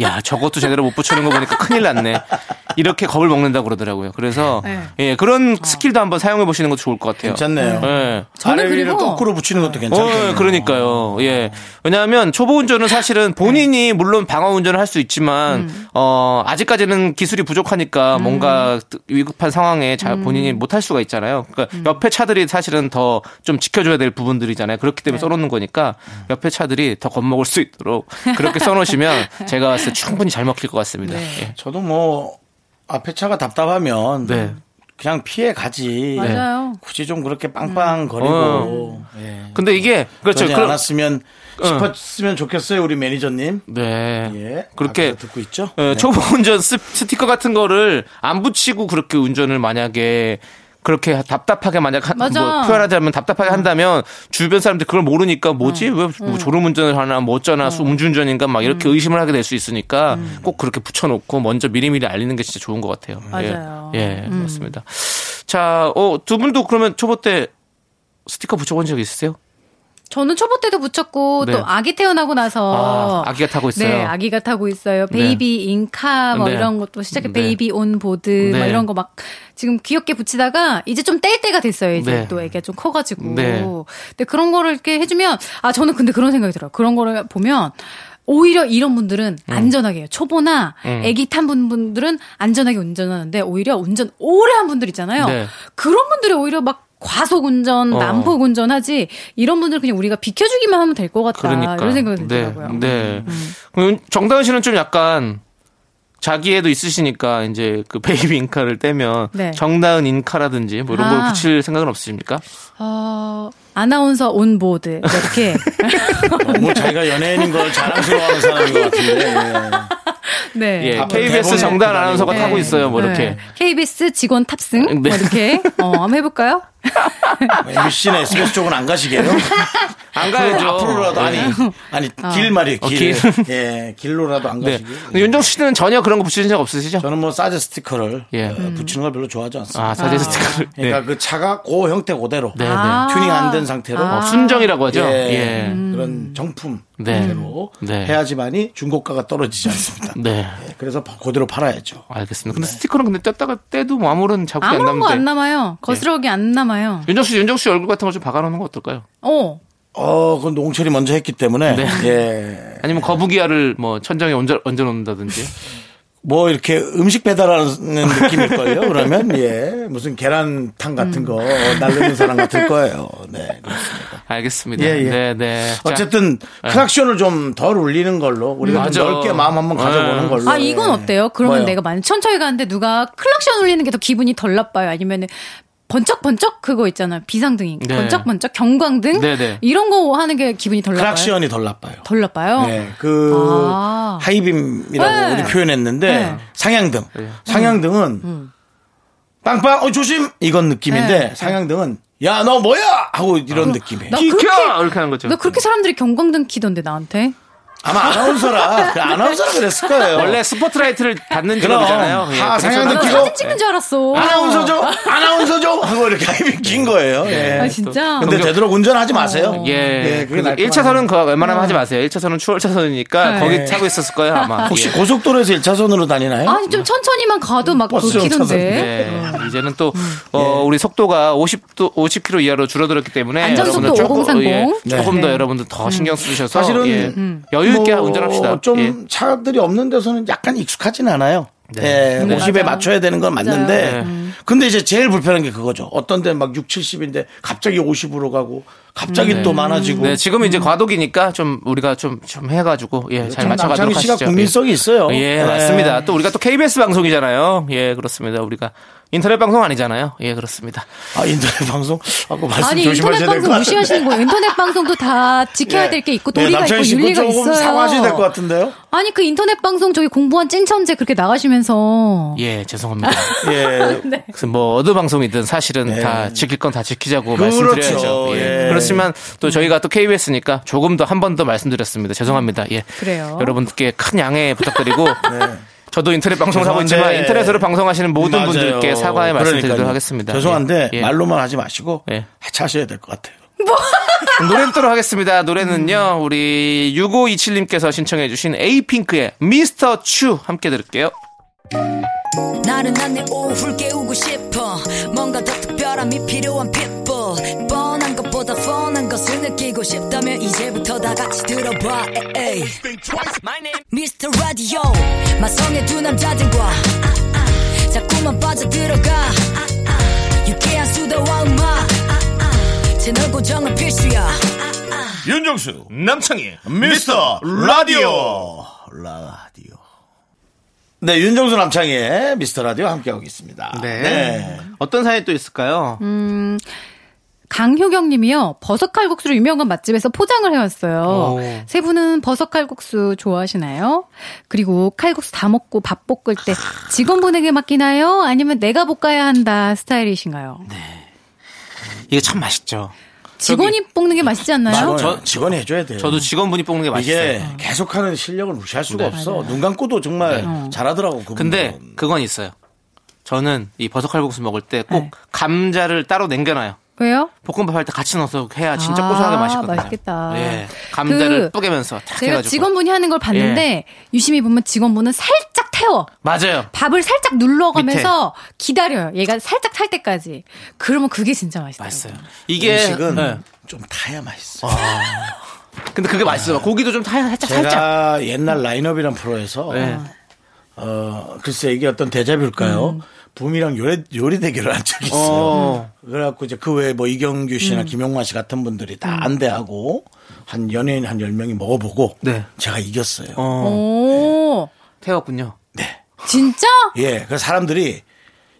D: 야 저것도 제대로 못 붙이는 거 보니까 큰일 났네 이렇게 겁을 먹는다고 그러더라고요 그래서
G: 네.
D: 예 그런 스킬도 한번 사용해 보시는 것도 좋을 것 같아요
C: 괜찮네요.
D: 예.
G: 저는
C: 아래 위를
G: 그리고-
C: 거꾸로 붙이는 것도 괜찮아요.
D: 어, 그러니까요. 예. 왜냐하면 초보 운전은
C: 네.
D: 사실은 본인이 물론 방어 운전을 할 수 있지만
C: 음.
D: 어 아직까지는 기술이 부족하니까 뭔가 위급한 상황에 잘
C: 음.
D: 본인이 못 할 수가 있잖아요. 그러니까 옆에 차들이 사실은 더 좀 지켜줘야 될 부분들이잖아요. 그렇기
C: 네.
D: 때문에 써놓는 거니까
C: 음.
D: 옆에 차들이 더 겁먹을 수 있도록 그렇게 써놓으시면 제가 봤을 때 충분히 잘 먹힐 것 같습니다.
C: 네.
D: 예.
C: 저도 뭐 앞에 차가 답답하면
D: 네.
C: 그냥 피해 가지. 예.
G: 맞아요.
C: 굳이 좀 그렇게 빵빵 거리고 예.
D: 근데 이게 어. 그렇죠.
C: 그러지
D: 그럼- 어.
C: 않았으면 싶었으면 좋겠어요, 우리 매니저님.
D: 네.
C: 예.
D: 그렇게
C: 앞에서 듣고 있죠?
D: 예,
C: 네.
D: 초보 운전 스- 스티커 같은 거를 안 붙이고 그렇게 운전을 만약에 그렇게 답답하게 만약 한-
G: 맞아. 음.
D: 뭐 표현하자면 답답하게 한다면 주변 사람들 이 그걸 모르니까 뭐지 왜뭐 졸음 운전을 하나 뭐 어쩌나 수- 음주운전인가 막 이렇게 의심을 하게 될 수 있으니까
G: 음.
D: 꼭 그렇게 붙여놓고 먼저 미리미리 알리는 게 진짜 좋은 것 같아요.
G: 맞아요. 음.
D: 예, 예, 맞습니다. 자, 어, 두 분도 그러면 초보 때 스티커 붙여본 적 있으세요?
G: 저는 초보 때도 붙였고
D: 네.
G: 또 아기 태어나고 나서
D: 아, 아기가 타고 있어요.
G: 네, 아기가 타고 있어요.
D: 네.
G: 베이비 인카 뭐
D: 네.
G: 이런 것도 시작해
D: 네.
G: 베이비 온 보드 뭐
D: 네.
G: 이런 거 막 지금 귀엽게 붙이다가 이제 좀 뗄 때가 됐어요. 이제
D: 네.
G: 또 애기가 좀 커가지고.
D: 네.
G: 근데 그런 거를 이렇게 해주면 아 저는 근데 그런 생각이 들어요. 그런 거를 보면. 오히려 이런 분들은
D: 음.
G: 안전하게 해요. 초보나 애기 탄 분- 분들은 안전하게 운전하는데 오히려 운전 오래 한 분들 있잖아요.
D: 네.
G: 그런 분들이 오히려 막 과속 운전,
D: 어.
G: 난폭 운전하지 이런 분들 그냥 우리가 비켜주기만 하면 될 것 같다
D: 그러니까.
G: 아, 이런 생각이
D: 네.
G: 들더라고요. 음,
D: 네. 그럼 정다은 씨는 좀 약간 자기애도 있으시니까 이제 그 베이비 인카를 떼면
G: 네.
D: 정다은 인카라든지 뭐 이런
G: 아.
D: 걸 붙일 생각은 없으십니까?
G: 어, 아나운서 온보드 이렇게
C: 너무 자기가 연예인인 걸 자랑스러워하는 사람인 것 같은데. 예.
G: 네.
D: 예.
C: 앞에
D: KBS
C: 대본에
D: 정다은 아나운서가
G: 네.
D: 타고 있어요. 뭐 이렇게.
G: 네. KBS 직원 탑승
D: 네.
G: 뭐 이렇게 어, 한번 해볼까요?
C: 뭐 MBC나 SBS 쪽은 안 가시게요? 그
D: 안 가야죠. 네.
C: 앞으로라도 아니 아니 길 말이에요 길.
D: 어,
C: 예 길로라도 안
D: 네.
C: 가시고.
D: 근데 윤정수 씨는 전혀 그런 거 붙이신 적 없으시죠?
C: 저는 뭐 사제 스티커를
D: 예.
C: 어,
G: 음.
C: 붙이는 걸 별로 좋아하지 않습니다.
D: 아, 사제 스티커를. 네.
C: 그러니까 그 차가 고 형태 그대로
D: 네, 네.
G: 아.
C: 튜닝 안 된 상태로
D: 어, 순정이라고 하죠.
C: 예,
G: 음.
D: 예.
C: 그런 정품
D: 네.
C: 대로
D: 네.
C: 해야지만이 중고가가 떨어지지 않습니다.
D: 네.
C: 예, 그래서 그대로 팔아야죠.
D: 알겠습니다.
C: 네.
D: 근데 스티커는 근데 뗐다가 떼도 뭐 아무런 자국이 안
G: 아무런 거
D: 남는데.
G: 안
D: 예.
G: 남아요. 거스러기 안 남아요.
D: 윤정수 씨, 윤정수 씨 얼굴 같은 걸 좀 박아놓는 거 어떨까요?
G: 어,
C: 어, 그건 농철이 먼저 했기 때문에
D: 네.
C: 예,
D: 아니면 거북이알을 뭐 천장에 얹어, 얹어놓는다든지.
C: 뭐 이렇게 음식 배달하는 느낌일걸요. 그러면 예, 무슨 계란탕
G: 음.
C: 같은 거 날르는 사람 같을 거예요. 네.
D: 알겠습니다.
C: 예, 예.
D: 네, 네. 자,
C: 어쨌든 크락션을 좀 덜 울리는 걸로 우리가 좀
D: 맞아.
C: 넓게 마음 한번 가져보는
D: 예.
C: 걸로.
G: 아 이건
C: 예.
G: 어때요? 그러면
C: 뭐요?
G: 내가 만약 천천히 가는데 누가 클락션 울리는 게 더 기분이 덜 나빠요? 아니면은 번쩍번쩍 그거 있잖아요. 비상등이
D: 네.
G: 번쩍번쩍 경광등
D: 네, 네.
G: 이런 거 하는 게 기분이 덜 나빠요.
C: 크락션이 덜 나빠요.
G: 덜 나빠요?
C: 네, 그
G: 아.
C: 하이빔이라고
G: 네.
C: 우리 표현했는데
G: 네. 음.
C: 상향등,
D: 예.
C: 상향등은 빵빵 어 조심 이건 느낌인데
G: 네. 어.
C: 상향등은 야 너 뭐야 하고 이런 느낌이에요.
G: 나
D: 비켜!
G: 그렇게-
D: 이렇게 하는 거죠.
G: 나 그렇게 사람들이 경광등 키던데 나한테. 그
C: 아마 아나운서라 그 아나운서라 그랬을 거예요.
D: 네. 원래 스포트라이트를 받는
C: 그럼.
D: 직업이잖아요. 예,
C: 아,
D: 그래서
C: 상향등
G: 나
D: 저는-
C: 그거-
G: 사진 찍는 줄 알았어.
C: 아나운서죠, 아나운서죠 하고 이렇게 하이빔 긴 거예요. 예.
G: 아 진짜.
C: 근데
D: 네. 그럼
C: 되도록 운전하지 마세요.
D: 예.
C: 네, 그게
D: 그래서
C: 날
D: 1차선은 그
C: 네.
D: 웬만하면 하지 마세요. 1차선은 추월차선이니까 거기 타고 있었을 거예요, 아마.
C: 혹시
D: 예.
C: 고속도로에서 1차선으로 다니나요?
G: 아니 좀 천천히만 가도 막
C: 버스 좀
G: 돌키던데.
D: 네. 이제는 또,
C: 음. 예.
D: 어, 우리 속도가 50도, 50km 이하로 줄어들었기 때문에.
G: 안전속도
D: 여러분들 조금-
G: 5030.
D: 예, 조금
G: 네.
D: 더 여러분들 더 신경 쓰셔서.
C: 음. 사실은
D: 예.
G: 음.
D: 여유있게
C: 뭐
D: 운전합시다.
C: 좀
D: 예.
C: 차들이 없는 데서는 약간 익숙하진 않아요.
D: 네. 음.
C: 예, 50에
D: 네.
G: 음, 맞아요. 네.
C: 맞춰야 되는 건 맞는데,
D: 맞아요.
C: 근데 이제 제일 불편한 게 그거죠. 어떤 데는 막 6, 70인데 갑자기 50으로 가고, 갑자기 또 많아지고.
D: 네, 지금 이제 과도기니까 좀 우리가 좀, 좀 해가지고, 예,
C: 남창희
D: 잘 맞춰가도록
C: 씨가
D: 하시죠.
C: 국민성이
D: 예.
C: 있어요. 네.
D: 예, 맞습니다. 또 우리가 또 KBS 방송이잖아요. 예, 그렇습니다. 우리가 인터넷 방송 아니잖아요. 예, 그렇습니다.
C: 아, 인터넷 방송? 아까 말씀
G: 아니
C: 조심하셔야
G: 인터넷
C: 될것
G: 방송
C: 같은데.
G: 무시하시는 거예요. 인터넷 방송도 다 지켜야 될 게 있고
C: 네,
G: 도리가
C: 남창희
G: 있고
C: 씨 그거
G: 윤리가
C: 조금
G: 있어요.
C: 사과하셔야 될것 같은데요?
G: 아니 그 인터넷 방송 저기 공부한 찐천재 그렇게 나가시면서
D: 예, 죄송합니다.
C: 예.
D: 그래서 뭐 어느 방송이든 사실은 다 지킬 건 다 지키자고 말씀드려야죠.
C: 네.
D: 예.
C: 그렇죠. 예.
D: 그렇지만 또 저희가 또 KBS니까 조금 더 한 번 더 말씀드렸습니다. 죄송합니다. 예.
G: 그래요.
D: 여러분께 큰 양해 부탁드리고 네. 저도 인터넷 방송을 하고 있지만
C: 죄송한데
D: 인터넷으로 방송하시는 모든
C: 맞아요.
D: 분들께 사과의 말씀드리도록
C: 그러니까요.
D: 하겠습니다.
C: 죄송한데
D: 예, 예.
C: 말로만 하지 마시고
D: 예.
C: 하차하셔야 될 것 같아요.
D: 노래 듣도록 하겠습니다. 노래는요. 우리 6527님께서 신청해 주신 에이핑크의 미스터 추 함께 들을게요.
H: 나른한 내 오후를 깨우고 싶어 뭔가 더 특별함이 필요한 people 뻔한 것보다 뻔한 것을 느끼고 싶다면 이제부터 다 같이 들어봐 에이. Mr. Radio 마성의 두 남자들과 자꾸만 빠져들어가 유쾌한 수다와 음악 채널 고정은 필수야
A: 윤정수 남창희
C: 미스터 라디오 라디오 네 윤정수 남창희의 미스터 라디오 함께하고 있습니다
D: 네. 어떤 사연이 또 있을까요?
G: 강효경 님이요. 버섯칼국수로 유명한 맛집에서 포장을 해왔어요.
D: 오.
G: 세 분은 버섯칼국수 좋아하시나요? 그리고 칼국수 다 먹고 밥 볶을 때
D: 아.
G: 직원분에게 맡기나요? 아니면 내가 볶아야 한다 스타일이신가요?
D: 네. 이게 참 맛있죠.
G: 직원이 볶는 게 맛있지 않나요?
C: 직원,
D: 저-
C: 직원이 해줘야 돼요
D: 저도 직원분이 볶는 게 맛있어요.
C: 이게 계속하는 실력을 무시할 수가 없어 눈 감고도 정말 잘하더라고 그분
D: 근데 그건 있어요. 저는 이 버섯 칼국수 먹을 때 꼭
G: 네.
D: 감자를 따로 남겨놔요.
G: 왜요?
D: 볶음밥 할 때 같이 넣어서 해야 진짜
G: 아,
D: 고소하게 맛있거든요.
G: 맛있겠다.
D: 예. 감자를
G: 그
D: 뿌개면서 탁
G: 제가
D: 해가지고. 예.
G: 직원분이 하는 걸 봤는데 유심히 보면 직원분은 살짝 태워.
D: 맞아요.
G: 밥을 살짝 눌러가면서 기다려요. 얘가 살짝 탈 때까지. 그러면 그게 진짜 맛있어요.
D: 맛있어요. 이게
C: 음식은
D: 네.
C: 좀 타야 맛있어.
D: 근데 그게 맛있어요. 고기도 좀 타- 살짝
C: 제가
D: 살짝.
C: 옛날 라인업이란 프로에서
D: 네.
G: 아.
C: 어 글쎄 이게 어떤 대자뷰일까요? 붐이랑 요리, 요리 대결을 한 적이 있어요.
D: 어.
C: 그래갖고 이제 그 외에 뭐 이경규 씨나 김용만 씨 같은 분들이 다 안대하고 한 연예인 한 10명이 먹어보고
D: 네.
C: 제가 이겼어요.
G: 오,
D: 태웠군요.
G: 진짜?
C: 예. 그래서 사람들이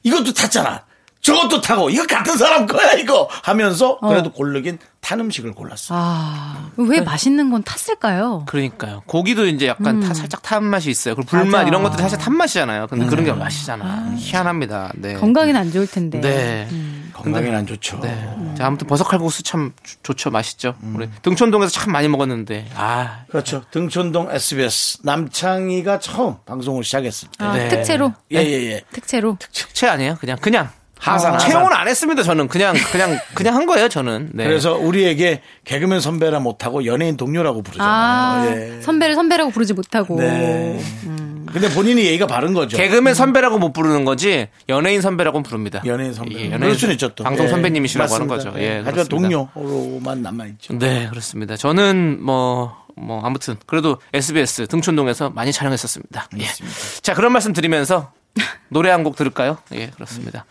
C: 이것도 탔잖아. 저것도 타고 이거 같은 사람 거야 이거 하면서 그래도 고르긴 탄 음식을 골랐어요.
G: 아,
C: 네.
G: 왜 맛있는 건 탔을까요?
D: 그러니까요. 고기도 이제 약간 타- 살짝 탄 맛이 있어요. 그리고 불맛
G: 음. 맞아.
D: 이런 것도 사실 탄 맛이잖아요. 근데
C: 음.
D: 그런 게 맛이잖아. 희한합니다. 네.
G: 건강에는 음. 안 좋을 텐데.
D: 네.
C: 건강엔 안 좋죠.
D: 네. 자, 아무튼 버섯칼국수 참 조- 좋죠. 맛있죠.
C: 음.
D: 우리 등촌동에서 참 많이 먹었는데. 아.
C: 그렇죠. 등촌동 SBS 남창희가 처음 방송을 시작했을 때.
G: 아,
D: 네.
G: 특채로.
C: 예, 예, 예.
G: 특채로.
D: 채 아니에요? 그냥 그냥
C: 하산, 하산.
D: 채용은 안 했습니다. 저는 그냥 그냥 그냥 한 거예요. 저는. 네.
C: 그래서 우리에게 개그맨 선배라 못하고 연예인 동료라고
G: 아,
C: 부르잖아요. 예.
G: 선배를 선배라고 부르지 못하고.
C: 네. 근데 본인이 예의가 바른 거죠.
D: 음. 개그맨 선배라고 못 부르는 거지 연예인 선배라고 부릅니다.
C: 연예인 선배.
D: 예, 연예인
C: 그럴 수는 있죠 또.
D: 방송
C: 예.
D: 선배님이시라고 하는
C: 맞습니다.
D: 거죠. 예,
C: 하지만
D: 그렇습니다.
C: 동료로만 남아 있죠.
D: 네, 그렇습니다. 저는 뭐, 뭐, 아무튼, 그래도 SBS 등촌동에서 많이 촬영했었습니다. 예. 자, 그런 말씀 드리면서 노래 한 곡 들을까요? 예, 그렇습니다.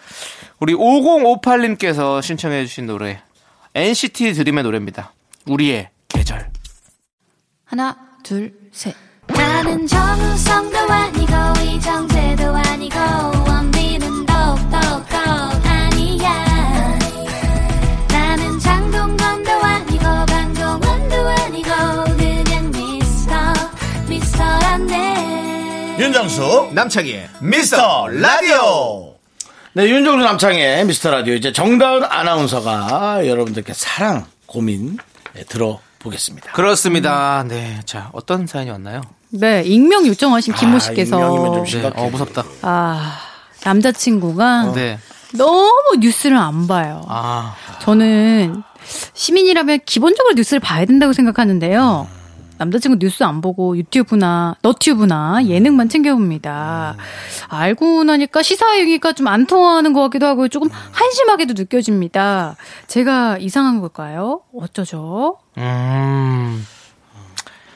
D: 우리 5058님께서 신청해주신 노래, NCT 드림의 노래입니다. 우리의 계절.
G: 하나, 둘, 셋.
E: 나는 정우성도 아니고 이정재도 아니고 원빈은 더욱더 아니야 나는 장동건도 아니고 강동원도 아니고 그냥 미스터 미스터란데
A: 윤정수 남창희의 미스터 라디오
C: 네, 윤종수 남창의 미스터 라디오 이제 정다은 아나운서가 여러분들께 사랑 고민 예, 들어보겠습니다.
D: 그렇습니다. 네. 자, 어떤 사연이 왔나요?
G: 네, 익명 요청하신 김모
C: 아,
G: 씨께서.
C: 익명이면 좀
D: 네.
C: 심각해.
D: 어, 무섭다.
G: 아, 남자친구가
C: 어.
D: 네.
G: 너무 뉴스를 안 봐요.
D: 아,
G: 저는 시민이라면 기본적으로 뉴스를 봐야 된다고 생각하는데요. 남자친구 뉴스 안 보고 유튜브나 너튜브나 예능만 챙겨봅니다. 알고 나니까 시사 얘기가 좀 안 통하는 것 같기도 하고 조금 한심하게도 느껴집니다. 제가 이상한 걸까요? 어쩌죠?
D: 음.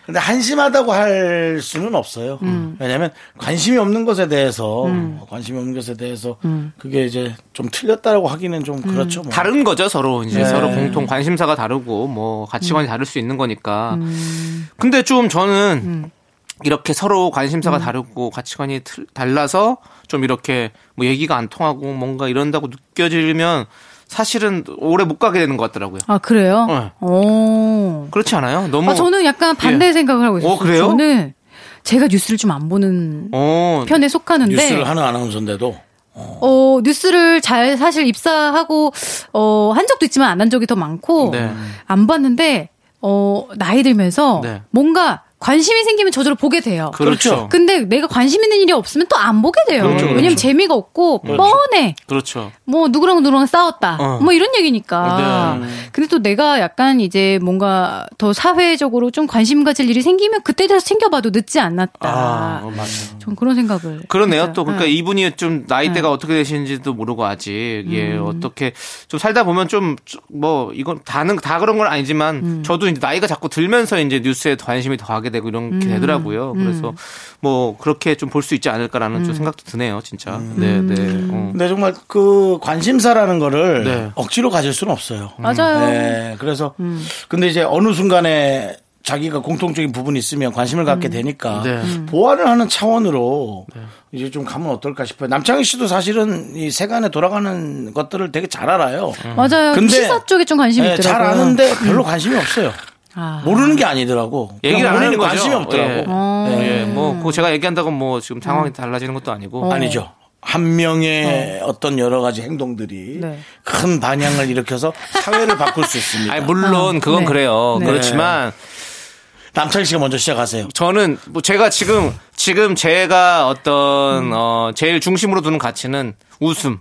C: 근데 한심하다고 할 수는 없어요.
D: 음.
C: 왜냐하면 관심이 없는 것에 대해서 관심이 없는 것에 대해서 그게 이제 좀 틀렸다라고 하기는 좀 그렇죠. 뭐.
G: 네.
D: 음. 다른 거죠 서로 이제 서로 공통 관심사가 다르고 뭐
G: 음.
D: 가치관이 다를 수 있는 거니까 근데 좀 저는
G: 음.
D: 이렇게 서로 관심사가 다르고 가치관이 틀- 달라서 좀 이렇게 뭐 얘기가 안 통하고 뭔가 이런다고 느껴지면 사실은 오래 못 가게 되는 것 같더라고요
G: 아, 그래요?
D: 네.
G: 오.
D: 그렇지 않아요 너무
G: 아, 저는 약간 반대
D: 예.
G: 생각을 하고 있어요.
D: 어, 그래요?
G: 저는 제가 뉴스를 좀 안 보는
D: 어,
G: 편에 속하는데
C: 뉴스를 하는 아나운서인데도
G: 어, 뉴스를 잘 사실 입사하고 어, 한 적도 있지만 안 한 적이 더 많고
D: 네.
G: 안 봤는데 어, 나이 들면서
D: 네.
G: 뭔가 관심이 생기면 저절로 보게 돼요.
D: 그렇죠
G: 근데 내가 관심 있는 일이 없으면 또 안 보게 돼요. 왜냐면 재미가 없고 뻔해.
D: 그렇죠
G: 뭐 누구랑 누구랑 싸웠다.
D: 어. 네.
G: 뭐 이런 얘기니까. 근데 또 내가 약간 이제 뭔가 더 사회적으로 좀 관심 가질 일이 생기면 그때 돼서 챙겨봐도 늦지 않았다.
D: 아, 어, 맞아요.
G: 전 그런 생각을.
D: 그러네요.
G: 했어요.
D: 또 그러니까
G: 네.
D: 이분이 좀 나이대가 어떻게 되시는지도 모르고 아직 예 어떻게 좀 살다 보면 좀 뭐 이건 다는 다 그런 건 아니지만 저도 이제 나이가 자꾸 들면서 이제 뉴스에 더 관심이 더 가게 되고 이런 게 되더라고요. 그래서 뭐 그렇게 좀 볼 수 있지 않을까라는 좀 생각도 드네요, 진짜.
C: 음.
D: 네, 네. 어.
C: 근데 정말 그 관심사라는 거를
D: 네. 음.
C: 억지로 가질 수는 없어요.
G: 맞아요.
C: 네, 그래서 근데 이제 어느 순간에 자기가 공통적인 부분이 있으면 관심을 갖게 되니까
D: 네.
C: 보완을 하는 차원으로 이제 좀 가면 어떨까 싶어요. 남창희 씨도 사실은 이 세간에 돌아가는 것들을 되게 잘 알아요.
D: 음.
G: 맞아요. 그 시사 쪽에 좀 관심이
D: 네,
C: 예, 잘
G: 있더라고요. 네.
C: 아는데 별로 관심이 없어요.
G: 아.
D: 뭐
C: 모르는 게 아니더라고. 그냥
D: 얘기를 안
C: 본인이
D: 하는 거죠.
C: 관심이 없더라고.
G: 어.
D: 예. 예. 뭐 그거 제가 얘기한다고 뭐 지금 상황이 달라지는 것도 아니고.
G: 어.
C: 아니죠. 한 명의 어. 떤 여러 가지 행동들이
G: 네.
C: 큰 반향을 일으켜서 사회를 바꿀 수 있습니다.
D: 아니 물론
G: 아,
D: 그건
G: 네.
D: 그래요.
G: 네.
D: 그렇지만
C: 남창희 씨가 먼저 시작하세요.
D: 저는 뭐 제가 지금 지금 제가 어떤 어 제일 중심으로 두는 가치는 웃음.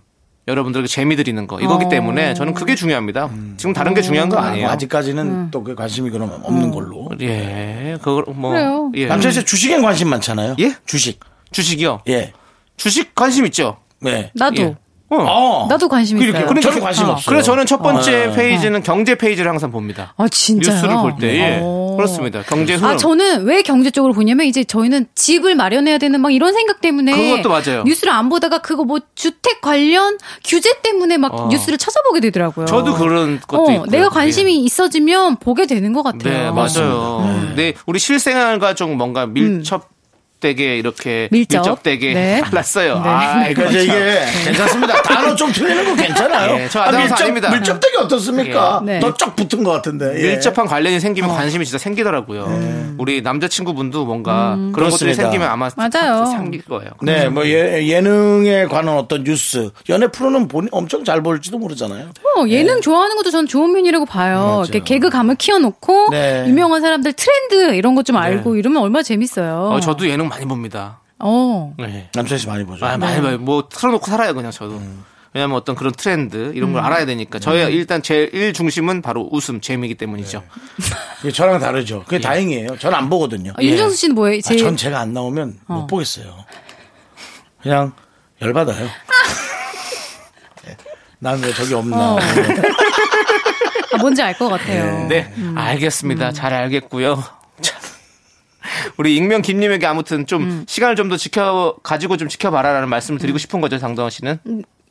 D: 여러분들에게 재미 드리는 거 이거기 때문에 저는 그게 중요합니다. 지금 다른 게 중요한 거 아니에요.
C: 뭐 아직까지는
G: 음.
C: 또 그 관심이 그럼 없는 걸로.
D: 예, 그걸 뭐
G: 그래요.
D: 예.
C: 남창희 씨 주식엔 관심 많잖아요.
D: 예?
C: 주식.
D: 주식이요.
C: 예.
D: 주식 관심 있죠.
C: 네.
G: 나도
D: 예. 어.
C: 어.
G: 나도 관심
D: 그러니까
G: 있어요.
D: 그러니까
C: 저는 관심 없어요.
D: 그래서 저는 첫 번째 페이지는 경제 페이지를 항상 봅니다.
G: 아 진짜요?
D: 뉴스를 볼 때. 예.
G: 어.
D: 그렇습니다. 경제 흐름.
G: 아 저는 왜 경제 쪽으로 보냐면 이제 저희는 집을 마련해야 되는 막 이런 생각 때문에
D: 그것도 맞아요.
G: 뉴스를 안 보다가 그거 뭐 주택 관련 규제 때문에 막
D: 어.
G: 뉴스를 찾아보게 되더라고요.
D: 저도 그런 것도
G: 어,
D: 있고요. 예.
G: 내가 관심이 있어지면 보게 되는 것 같아요. 음.
D: 네, 맞아요. 네, 우리 실생활과 좀 뭔가 밀접되게 이렇게
G: 밀접?
D: 되게
G: 네.
D: 알았어요. 아,
C: 그러니까 이제 이게 괜찮습니다. 단어 좀 틀리는 거 괜찮아요.
D: 예, 저 아나운서 아닙니다.
C: 밀접되기 어떻습니까?
G: 예. 네.
C: 더 쩍 붙은 것 같은데. 예. 네.
D: 밀접한 관련이 생기면
G: 어.
D: 관심이 진짜 생기더라고요. 우리 남자친구분도 뭔가 그런 것들이
C: 그렇습니다.
D: 생기면 아마
G: 음. 맞아요.
D: 생길 거예요.
C: 네, 뭐 예, 능에 관한 어떤 뉴스, 연애 프로는 본인 엄청 잘 볼지도 모르잖아요.
G: 어, 예능 좋아하는 것도 전 좋은 면이라고 봐요. 이렇게 개그감을 키워놓고
C: 네.
G: 유명한 사람들 트렌드 이런 것 좀 알고 이러면 얼마나 재밌어요.
D: 어, 저도 예능 많이 봅니다.
G: 어.
D: 네.
C: 남철 씨 많이 보죠.
D: 아, 많이 봐요. 뭐 틀어놓고 살아요, 그냥 저도.
C: 음.
D: 왜냐면 어떤 그런 트렌드 이런
G: 음.
D: 걸 알아야 되니까.
C: 네.
D: 저의 일단 제일 중심은 바로 웃음, 재미이기 때문이죠.
C: 이게 저랑 다르죠.
D: 예.
C: 그게 다행이에요. 저는 안 보거든요.
G: 아, 윤정수 씨는 뭐예요?
C: 아,
G: 제
C: 전 제가 안 나오면 못 보겠어요. 그냥 열받아요. 예. 난 왜 저기 없나.
G: 어. 아, 뭔지 알 것 같아요.
D: 네, 알겠습니다. 잘 알겠고요. 자, 우리 익명 김님에게 아무튼 좀
G: 음.
D: 시간을 좀 더 지켜 가지고 좀 지켜봐라라는 말씀을 드리고 싶은 거죠, 장동원 씨는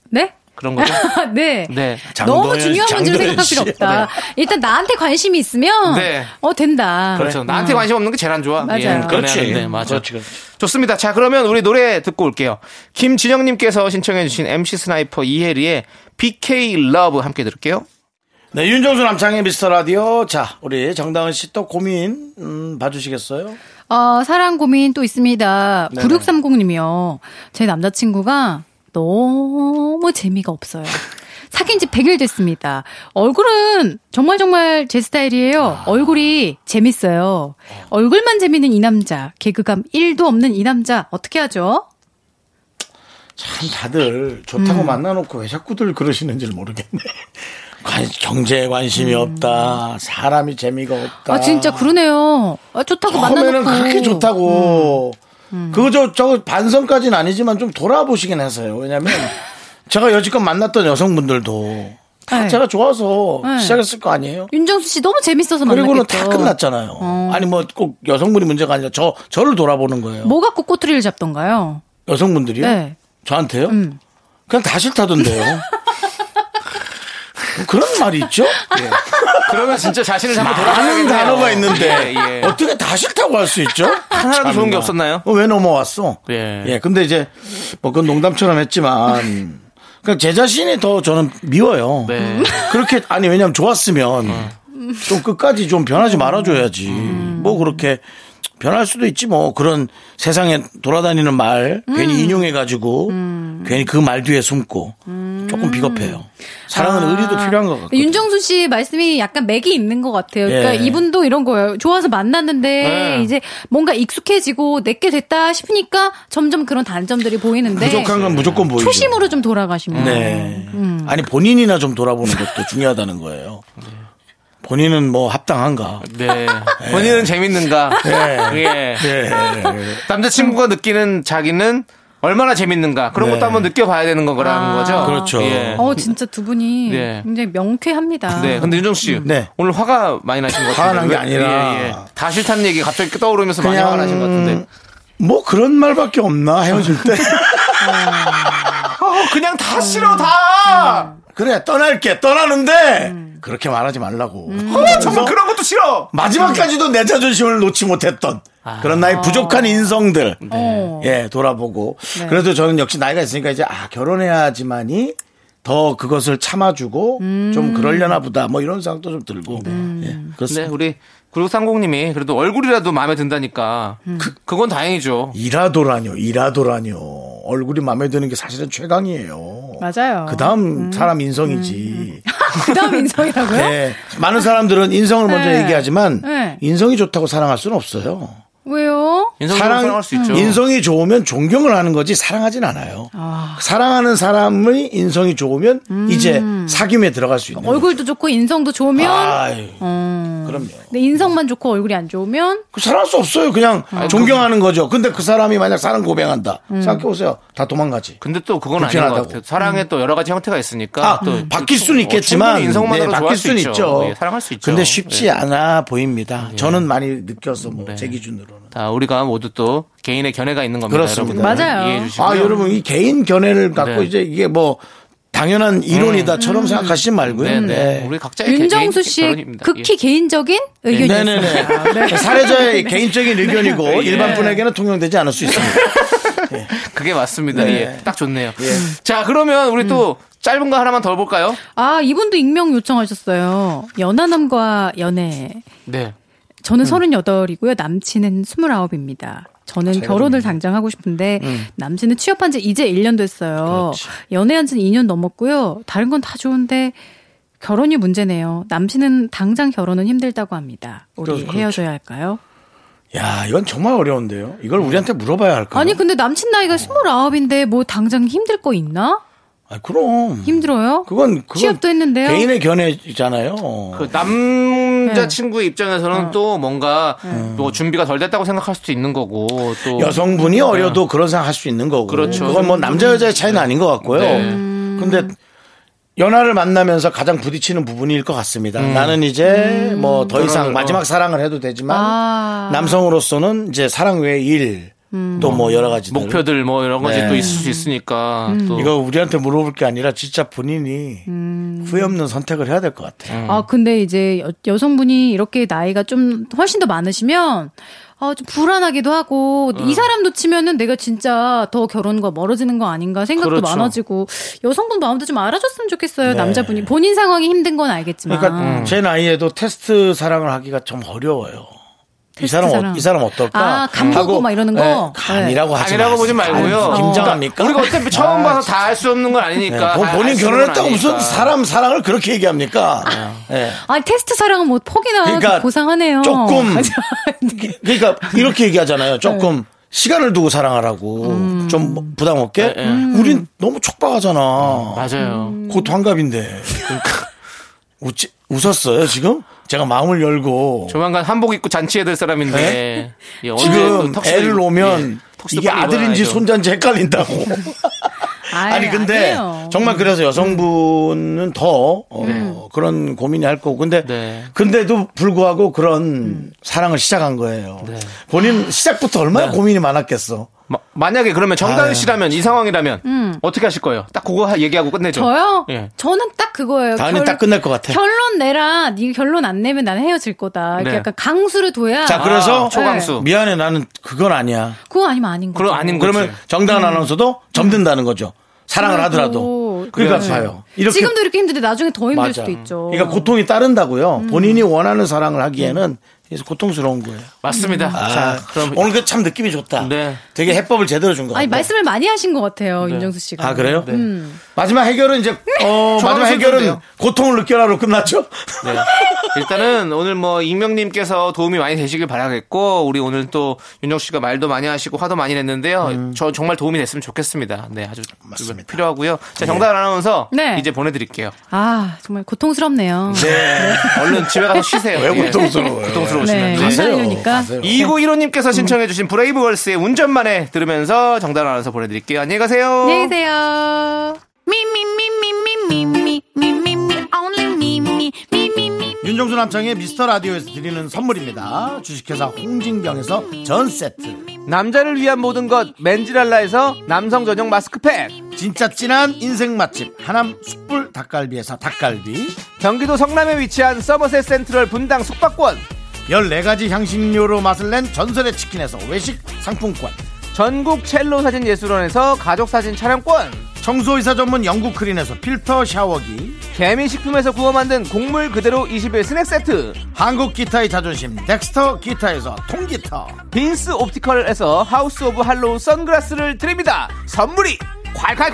G: 네?
D: 그런 거죠.
G: 아, 네.
D: 네.
C: 뭐 장도연
G: 너무 중요한
C: 씨, 장도연
G: 문제를 생각할 필요
C: 씨. 네.
G: 없다. 일단 나한테 관심이 있으면
D: 네.
G: 어 된다.
D: 그렇죠. 나한테 관심 없는 게 제일 안 좋아.
G: 음. 맞아요.
D: 예,
C: 그렇지.
D: 네, 맞아.
C: 그렇지, 그렇지.
D: 좋습니다. 자, 그러면 우리 노래 듣고 올게요. 김진영님께서 신청해주신 MC 스나이퍼 이혜리의 BK 러브 함께 들을게요.
C: 네, 윤정수 남창의 미스터 라디오. 자, 우리 정다은 씨 또 고민, 음, 봐주시겠어요?
G: 어, 사랑 고민 또 있습니다. 9630님이요. 제 남자친구가 너무 재미가 없어요. 사귄 지 100일 됐습니다. 얼굴은 정말 정말 제
C: 아.
G: 스타일이에요. 얼굴이 재밌어요. 얼굴만 재밌는 이 남자, 개그감 1도 없는 이 남자, 어떻게 하죠?
C: 참 다들
G: 음.
C: 좋다고 만나놓고 왜 자꾸들 그러시는지를 모르겠네. 관- 경제에 관심이 없다. 사람이 재미가 없다.
G: 음. 아, 진짜 그러네요. 아, 좋다고
C: 그러니까 처음에는
G: 만나놓고. 음.
C: 그렇게 좋다고. 그거 저, 저 반성까지는 아니지만 좀 돌아보시긴 해서요. 왜냐면 제가 여지껏 만났던 여성분들도 다
G: 네.
C: 제가 좋아서
G: 네.
C: 시작했을 거 아니에요?
G: 윤정수 씨 너무 재밌어서
C: 그리고는
G: 만났겠죠. 어.
C: 다 끝났잖아요. 아니 뭐 꼭 여성분이 문제가 아니라 저, 저를 돌아보는 거예요.
G: 뭐 갖고 꼬투리를 잡던가요?
C: 여성분들이요?
G: 네.
C: 저한테요?
G: 음.
C: 그냥 다 싫다던데요. 그런 말이 있죠?
D: 그러면 진짜 자신을 한번
C: 많은
D: 돌아보겠네요.
C: 단어가 있는데
D: 예, 예.
C: 어떻게 다 싫다고 할 수 있죠?
D: 하나라도 좋은 게
C: 참나.
D: 없었나요?
C: 어, 왜 넘어왔어?
D: 예.
C: 근데 이제 뭐 그건 농담처럼 했지만 그냥 제 자신이 더 저는 미워요.
D: 네. 어.
C: 그렇게 아니 왜냐면 좋았으면 좀 끝까지 좀 변하지 말아줘야지.
D: 음.
C: 뭐 그렇게 변할 수도 있지 뭐 그런 세상에 돌아다니는 말
G: 음.
C: 괜히 인용해 가지고 괜히 그 말 뒤에 숨고 조금 비겁해요. 사랑은 의리도 필요한 것 같고.
G: 음. 아. 윤정수 씨 말씀이 약간 맥이 있는 것 같아요. 그러니까
C: 예.
G: 이분도 이런 거예요. 좋아서 만났는데
D: 네.
G: 이제 뭔가 익숙해지고 내게 됐다 싶으니까 점점 그런 단점들이 보이는데
C: 부족한 건 무조건 보이죠.
G: 네. 초심으로 좀 돌아가시면
C: 네. 아니 본인이나 좀 돌아보는 것도 중요하다는 거예요. 본인은 뭐 합당한가?
D: 네.
C: 어.
D: 본인은 재밌는가?
C: 네.
D: 예.
C: 음.
D: 남자친구가 느끼는 자기는 얼마나 재밌는가? 그런 것도 한번 느껴봐야 되는 거라는 거죠.
C: 네. 그렇죠.
D: 예.
G: 어 진짜 두 분이
D: 네.
G: 굉장히 명쾌합니다.
D: 네, 근데 윤정 씨
C: 아. 네.
D: 오늘 화가 많이 나신 것 같은데
C: 화가 난게
D: 왜- 예,
C: 아니라
D: 다 싫다는 얘기 갑자기 떠오르면서 많이
C: 그냥-
D: 화가 나신 것 같은데
C: 뭐 그런 말밖에 없나 헤어질 때.
D: 어, 그냥 다 싫어 다
C: 그래 떠날게 떠나는데 그렇게 말하지 말라고.
D: 어, 정말 그런 것도 싫어
C: 마지막까지도 내 자존심을 놓지 못했던
D: 아.
C: 그런 나의 부족한 인성들
D: 네.
G: 어.
C: 예 돌아보고 그래도 저는 역시 나이가 있으니까 이제 아 결혼해야지만이 더 그것을 참아주고 좀 그러려나 보다 뭐 이런 생각도 좀 들고 예,
D: 음. 네,
C: 그렇습니다.
D: 우리 9630님이 그래도 얼굴이라도 마음에 든다니까 그, 건 다행이죠
C: 일하도라뇨, 일하도라뇨. 얼굴이 마음에 드는 게 사실은 최강이에요.
G: 맞아요. 음,
C: 그 다음 사람 인성이지.
G: 그다음 인성이라고요?
C: 네. 많은 사람들은 인성을 먼저
G: 네.
C: 얘기하지만
G: 네.
C: 인성이 좋다고 사랑할 수는 없어요.
G: 왜요?
D: 인성 사랑, 사랑할 수 있죠.
C: 음. 인성이 좋으면 존경을 하는 거지 사랑하진 않아요. 사랑하는 사람의 인성이 좋으면 이제 사귐에 들어갈 수 있는.
G: 음. 얼굴도 좋고 인성도 좋으면
C: 아유,
G: 어.
C: 그럼요.
G: 근데 인성만 좋고 얼굴이 안 좋으면
C: 그 사랑할 수 없어요. 그냥 존경하는 거죠. 근데 그 사람이 만약 사랑 고백한다.
G: 음.
C: 생각해 보세요. 다 도망가지.
D: 근데 또 그건 아닌 것
C: 불편하다고. 음.
D: 같아요. 사랑에 또 여러 가지 형태가 있으니까
C: 아,
D: 그러니까 또 어,
C: 바뀔 수는
D: 충분히
C: 있겠지만
D: 인성만으로
C: 네,
D: 좋아할
C: 바뀔
D: 수
C: 수는
D: 있죠.
C: 있죠.
D: 예, 사랑할 수 있죠.
C: 근데 쉽지
D: 예. 네.
C: 않아 보입니다. 저는 많이 느껴서 뭐 제 기준으로는.
D: 다 우리가 모두 또 개인의 견해가 있는 겁니다.
C: 그렇습니다.
D: 여러분들.
G: 맞아요.
D: 이해해 주시고요.
C: 아, 여러분 이 개인 견해를 갖고
D: 네. 음.
C: 이제 이게 뭐 당연한 이론이다처럼 생각하시지 말고요.
D: 네, 네.
C: 네.
D: 우리 각자의
G: 음. 윤정수 씨의 그
D: 결론입니다. 예,
G: 극히 개인적인 의견이
C: 네네네.
G: 있습니다.
D: 아, 네.
C: 사례자의 개인적인 의견이고 일반 분에게는 통용되지 않을 수 있습니다.
D: 예. 그게 맞습니다. 예. 딱 좋네요. 자, 그러면 우리 또
G: 음.
D: 짧은 거 하나만 더 볼까요?
G: 아 이분도 익명 요청하셨어요. 연하남과 연애.
D: 네.
C: 음.
G: 저는 38이고요. 남친은 29입니다. 저는 결혼을 당장 하고 싶은데
C: 음.
G: 남친은 취업한 지 이제 1년 됐어요. 연애한 지는 2년 넘었고요. 다른 건 다 좋은데 결혼이 문제네요. 남친은 당장 결혼은 힘들다고 합니다. 우리
C: 그렇죠.
G: 헤어져야 할까요?
C: 야, 이건 정말 어려운데요. 이걸 우리한테 물어봐야 할까요? 어.
G: 아니 근데 남친 나이가 29인데 뭐 당장 힘들 거 있나?
C: 아, 그럼.
G: 힘들어요?
C: 그건 그건
G: 취업도 했는데요.
C: 개인의 견해잖아요.
D: 그 남자친구
G: 네.
D: 의 입장에서는
G: 어.
D: 또 뭔가 또 준비가 덜 됐다고 생각할 수도 있는 거고 또
C: 여성분이 어려도 그런 생각할 수 있는 거고.
D: 어. 네. 그렇죠.
C: 건뭐 남자 여자의 차이는 아닌 것 같고요.
D: 네.
C: 근데 연하를 만나면서 가장 부딪히는 부분일 것 같습니다.
D: 음.
C: 나는 이제 뭐 더 이상
D: 결혼을, 어.
C: 마지막 사랑을 해도 되지만
G: 아.
C: 남성으로서는 이제 사랑 외에 일, 또 뭐 여러 가지
D: 목표들 뭐 이런 것이
C: 네.
D: 또 있을 수 있으니까
G: 음.
D: 또
C: 이거 우리한테 물어볼 게 아니라 진짜 본인이 후회 없는 선택을 해야 될 것 같아요.
G: 아, 근데 이제 여, 여성분이 이렇게 나이가 좀 훨씬 더 많으시면 아, 좀 불안하기도 하고
C: 음.
G: 이 사람 놓치면은 내가 진짜 더 결혼과 멀어지는 거 아닌가 생각도
D: 그렇죠.
G: 많아지고 여성분 마음도 좀 알아줬으면 좋겠어요.
C: 네.
G: 남자분이 본인 상황이 힘든 건 알겠지만
C: 그러니까 제 나이에도 테스트 사랑을 하기가 좀 어려워요. 이
G: 테스트
C: 사람, 어,
G: 사랑.
C: 이 사람 어떨까?
G: 아, 간 보고 막 이러는 거?
C: 네, 간이라고 하지
D: 아니라고 보지
C: 마세요.
D: 말고요. 그러니까
C: 간 김장합니까?
D: 우리가 어차피 처음
C: 아,
D: 봐서 다 할 수 없는 건
C: 네,
D: 아니니까.
C: 본-
D: 다
C: 본인
D: 알수 없는
C: 결혼했다고
D: 건
C: 무슨
D: 아니니까.
C: 사람 사랑을 그렇게 얘기합니까? 네.
G: 아니 테스트 사랑은 뭐 폭이나
C: 그러니까
G: 좀 고상하네요.
C: 조금.
G: 맞아.
C: 그러니까 이렇게 얘기하잖아요. 조금
G: 네.
C: 시간을 두고 사랑하라고
G: 음.
C: 좀 부담 없게. 우린 너무 촉박하잖아.
D: 네,
G: 음.
D: 맞아요.
C: 곧 환갑인데. 그러니까 웃지, 웃었어요 지금? 제가 마음을 열고
D: 조만간 한복 입고 잔치해 될 사람인데 예, 언제
C: 네? 지금
D: 또 턱시도
C: 애를
D: 입-
C: 오면
D: 예, 턱시도
C: 이게
D: 빨리
C: 아들인지
D: 입어놔야죠.
C: 손자인지 헷갈린다고.
G: 아이,
C: 아니 근데
G: 아니에요.
C: 정말 그래서 여성분은 더 어, 그런 고민이 할 거고 근데
D: 네.
C: 근데도 불구하고 그런 사랑을 시작한 거예요.
D: 네.
C: 본인 시작부터 얼마나 고민이 많았겠어.
D: 마- 만약에 그러면 정다은
C: 아유.
D: 씨라면 이 상황이라면 어떻게 하실 거예요? 딱 그거 하- 얘기하고 끝내죠.
G: 음. 저요?
D: 예.
G: 저는 딱 그거예요.
C: 다은이
G: 결-
C: 딱 끝날 것 같아.
G: 결론 내라. 네 결론 안 내면 난 헤어질 거다. 이렇게
D: 네.
G: 약간 강수를 둬야
C: 자 그래서
D: 아, 초강수.
C: 미안해 나는 그건 아니야.
G: 그거 아니면 아닌 거죠.
D: 그럼 아닌 거죠.
C: 그러면 정당한 아나운서도 점든다는 거죠. 사랑을
G: 음. 그래도-
C: 하더라도 그러니까
D: 그래야지.
C: 봐요. 이렇게
G: 지금도 이렇게 힘든데 나중에 더 힘들
C: 맞아.
G: 수도 있죠.
C: 그러니까 고통이 따른다고요.
G: 음.
C: 본인이 원하는 사랑을 하기에는 그래서 고통스러운 거예요.
D: 맞습니다.
C: 아,
D: 자, 그럼
C: 오늘 그 참 느낌이 좋다.
D: 네.
C: 되게 해법을 제대로 준 것 같아요.
G: 아니 말씀을 많이 하신 것 같아요, 윤정수 씨가.
C: 네. 아 그래요? 마지막 해결은 이제 어, 마지막 해결은
D: 돼요.
C: 고통을 느껴라로 끝났죠.
D: 네. 일단은 오늘 뭐 익명님께서 도움이 많이 되시길 바라겠고 우리 오늘 또 윤정 씨가 말도 많이 하시고 화도 많이 냈는데요. 저 정말 도움이 됐으면 좋겠습니다. 네, 아주
C: 음. 맞습니다. 예.
D: 필요하고요. 자, 정답 아나운서
G: 네.
D: 이제 보내드릴게요.
G: 아, 정말 고통스럽네요.
C: 네.
D: 얼른 집에 가서 쉬세요.
C: 왜
D: 예.
C: 고통스러워요?
D: 고통스러우시면. 네.
C: 가세요.
G: 일상이니까.
C: 가세요.
D: 2915님께서 신청해주신 브레이브걸스의 운전만에 들으면서 정답 아나운서 보내드릴게요. 안녕히 가세요.
G: 안녕히 계세요.
C: 윤정수 남창의 미스터 라디오에서 드리는 선물입니다. 주식회사 홍진경에서 전 세트.
D: 남자를 위한 모든 것 맨지랄라에서 남성 전용 마스크팩.
C: 진짜 진한 인생 맛집 하남 숯불 닭갈비에서 닭갈비.
D: 경기도 성남에 위치한 서머셋 센트럴 분당 숙박권.
C: 14가지 향신료로 맛을 낸 전설의 치킨에서 외식 상품권.
D: 전국 첼로 사진 예술원에서 가족 사진 촬영권,
C: 청소이사 전문 영국 크린에서 필터 샤워기.
D: 개미식품에서 구워 만든 곡물 그대로 21 스낵 세트,
C: 한국 기타의 자존심 덱스터 기타에서 통기타.
D: 빈스 옵티컬에서 하우스 오브 할로우 선글라스를 드립니다. 선물이 콸콸콸!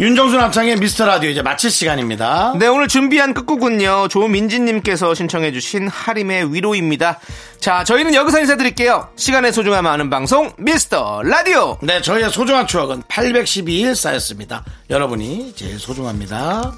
C: 윤정수 남창의 미스터 라디오 이제 마칠 시간입니다.
D: 네, 오늘 준비한 끝곡은요. 조민지님께서 신청해주신 하림의 위로입니다. 자, 저희는 여기서 인사드릴게요. 시간의 소중함 아는 방송, 미스터 라디오!
C: 네, 저희의 소중한 추억은 812일 쌓였습니다. 여러분이 제일 소중합니다.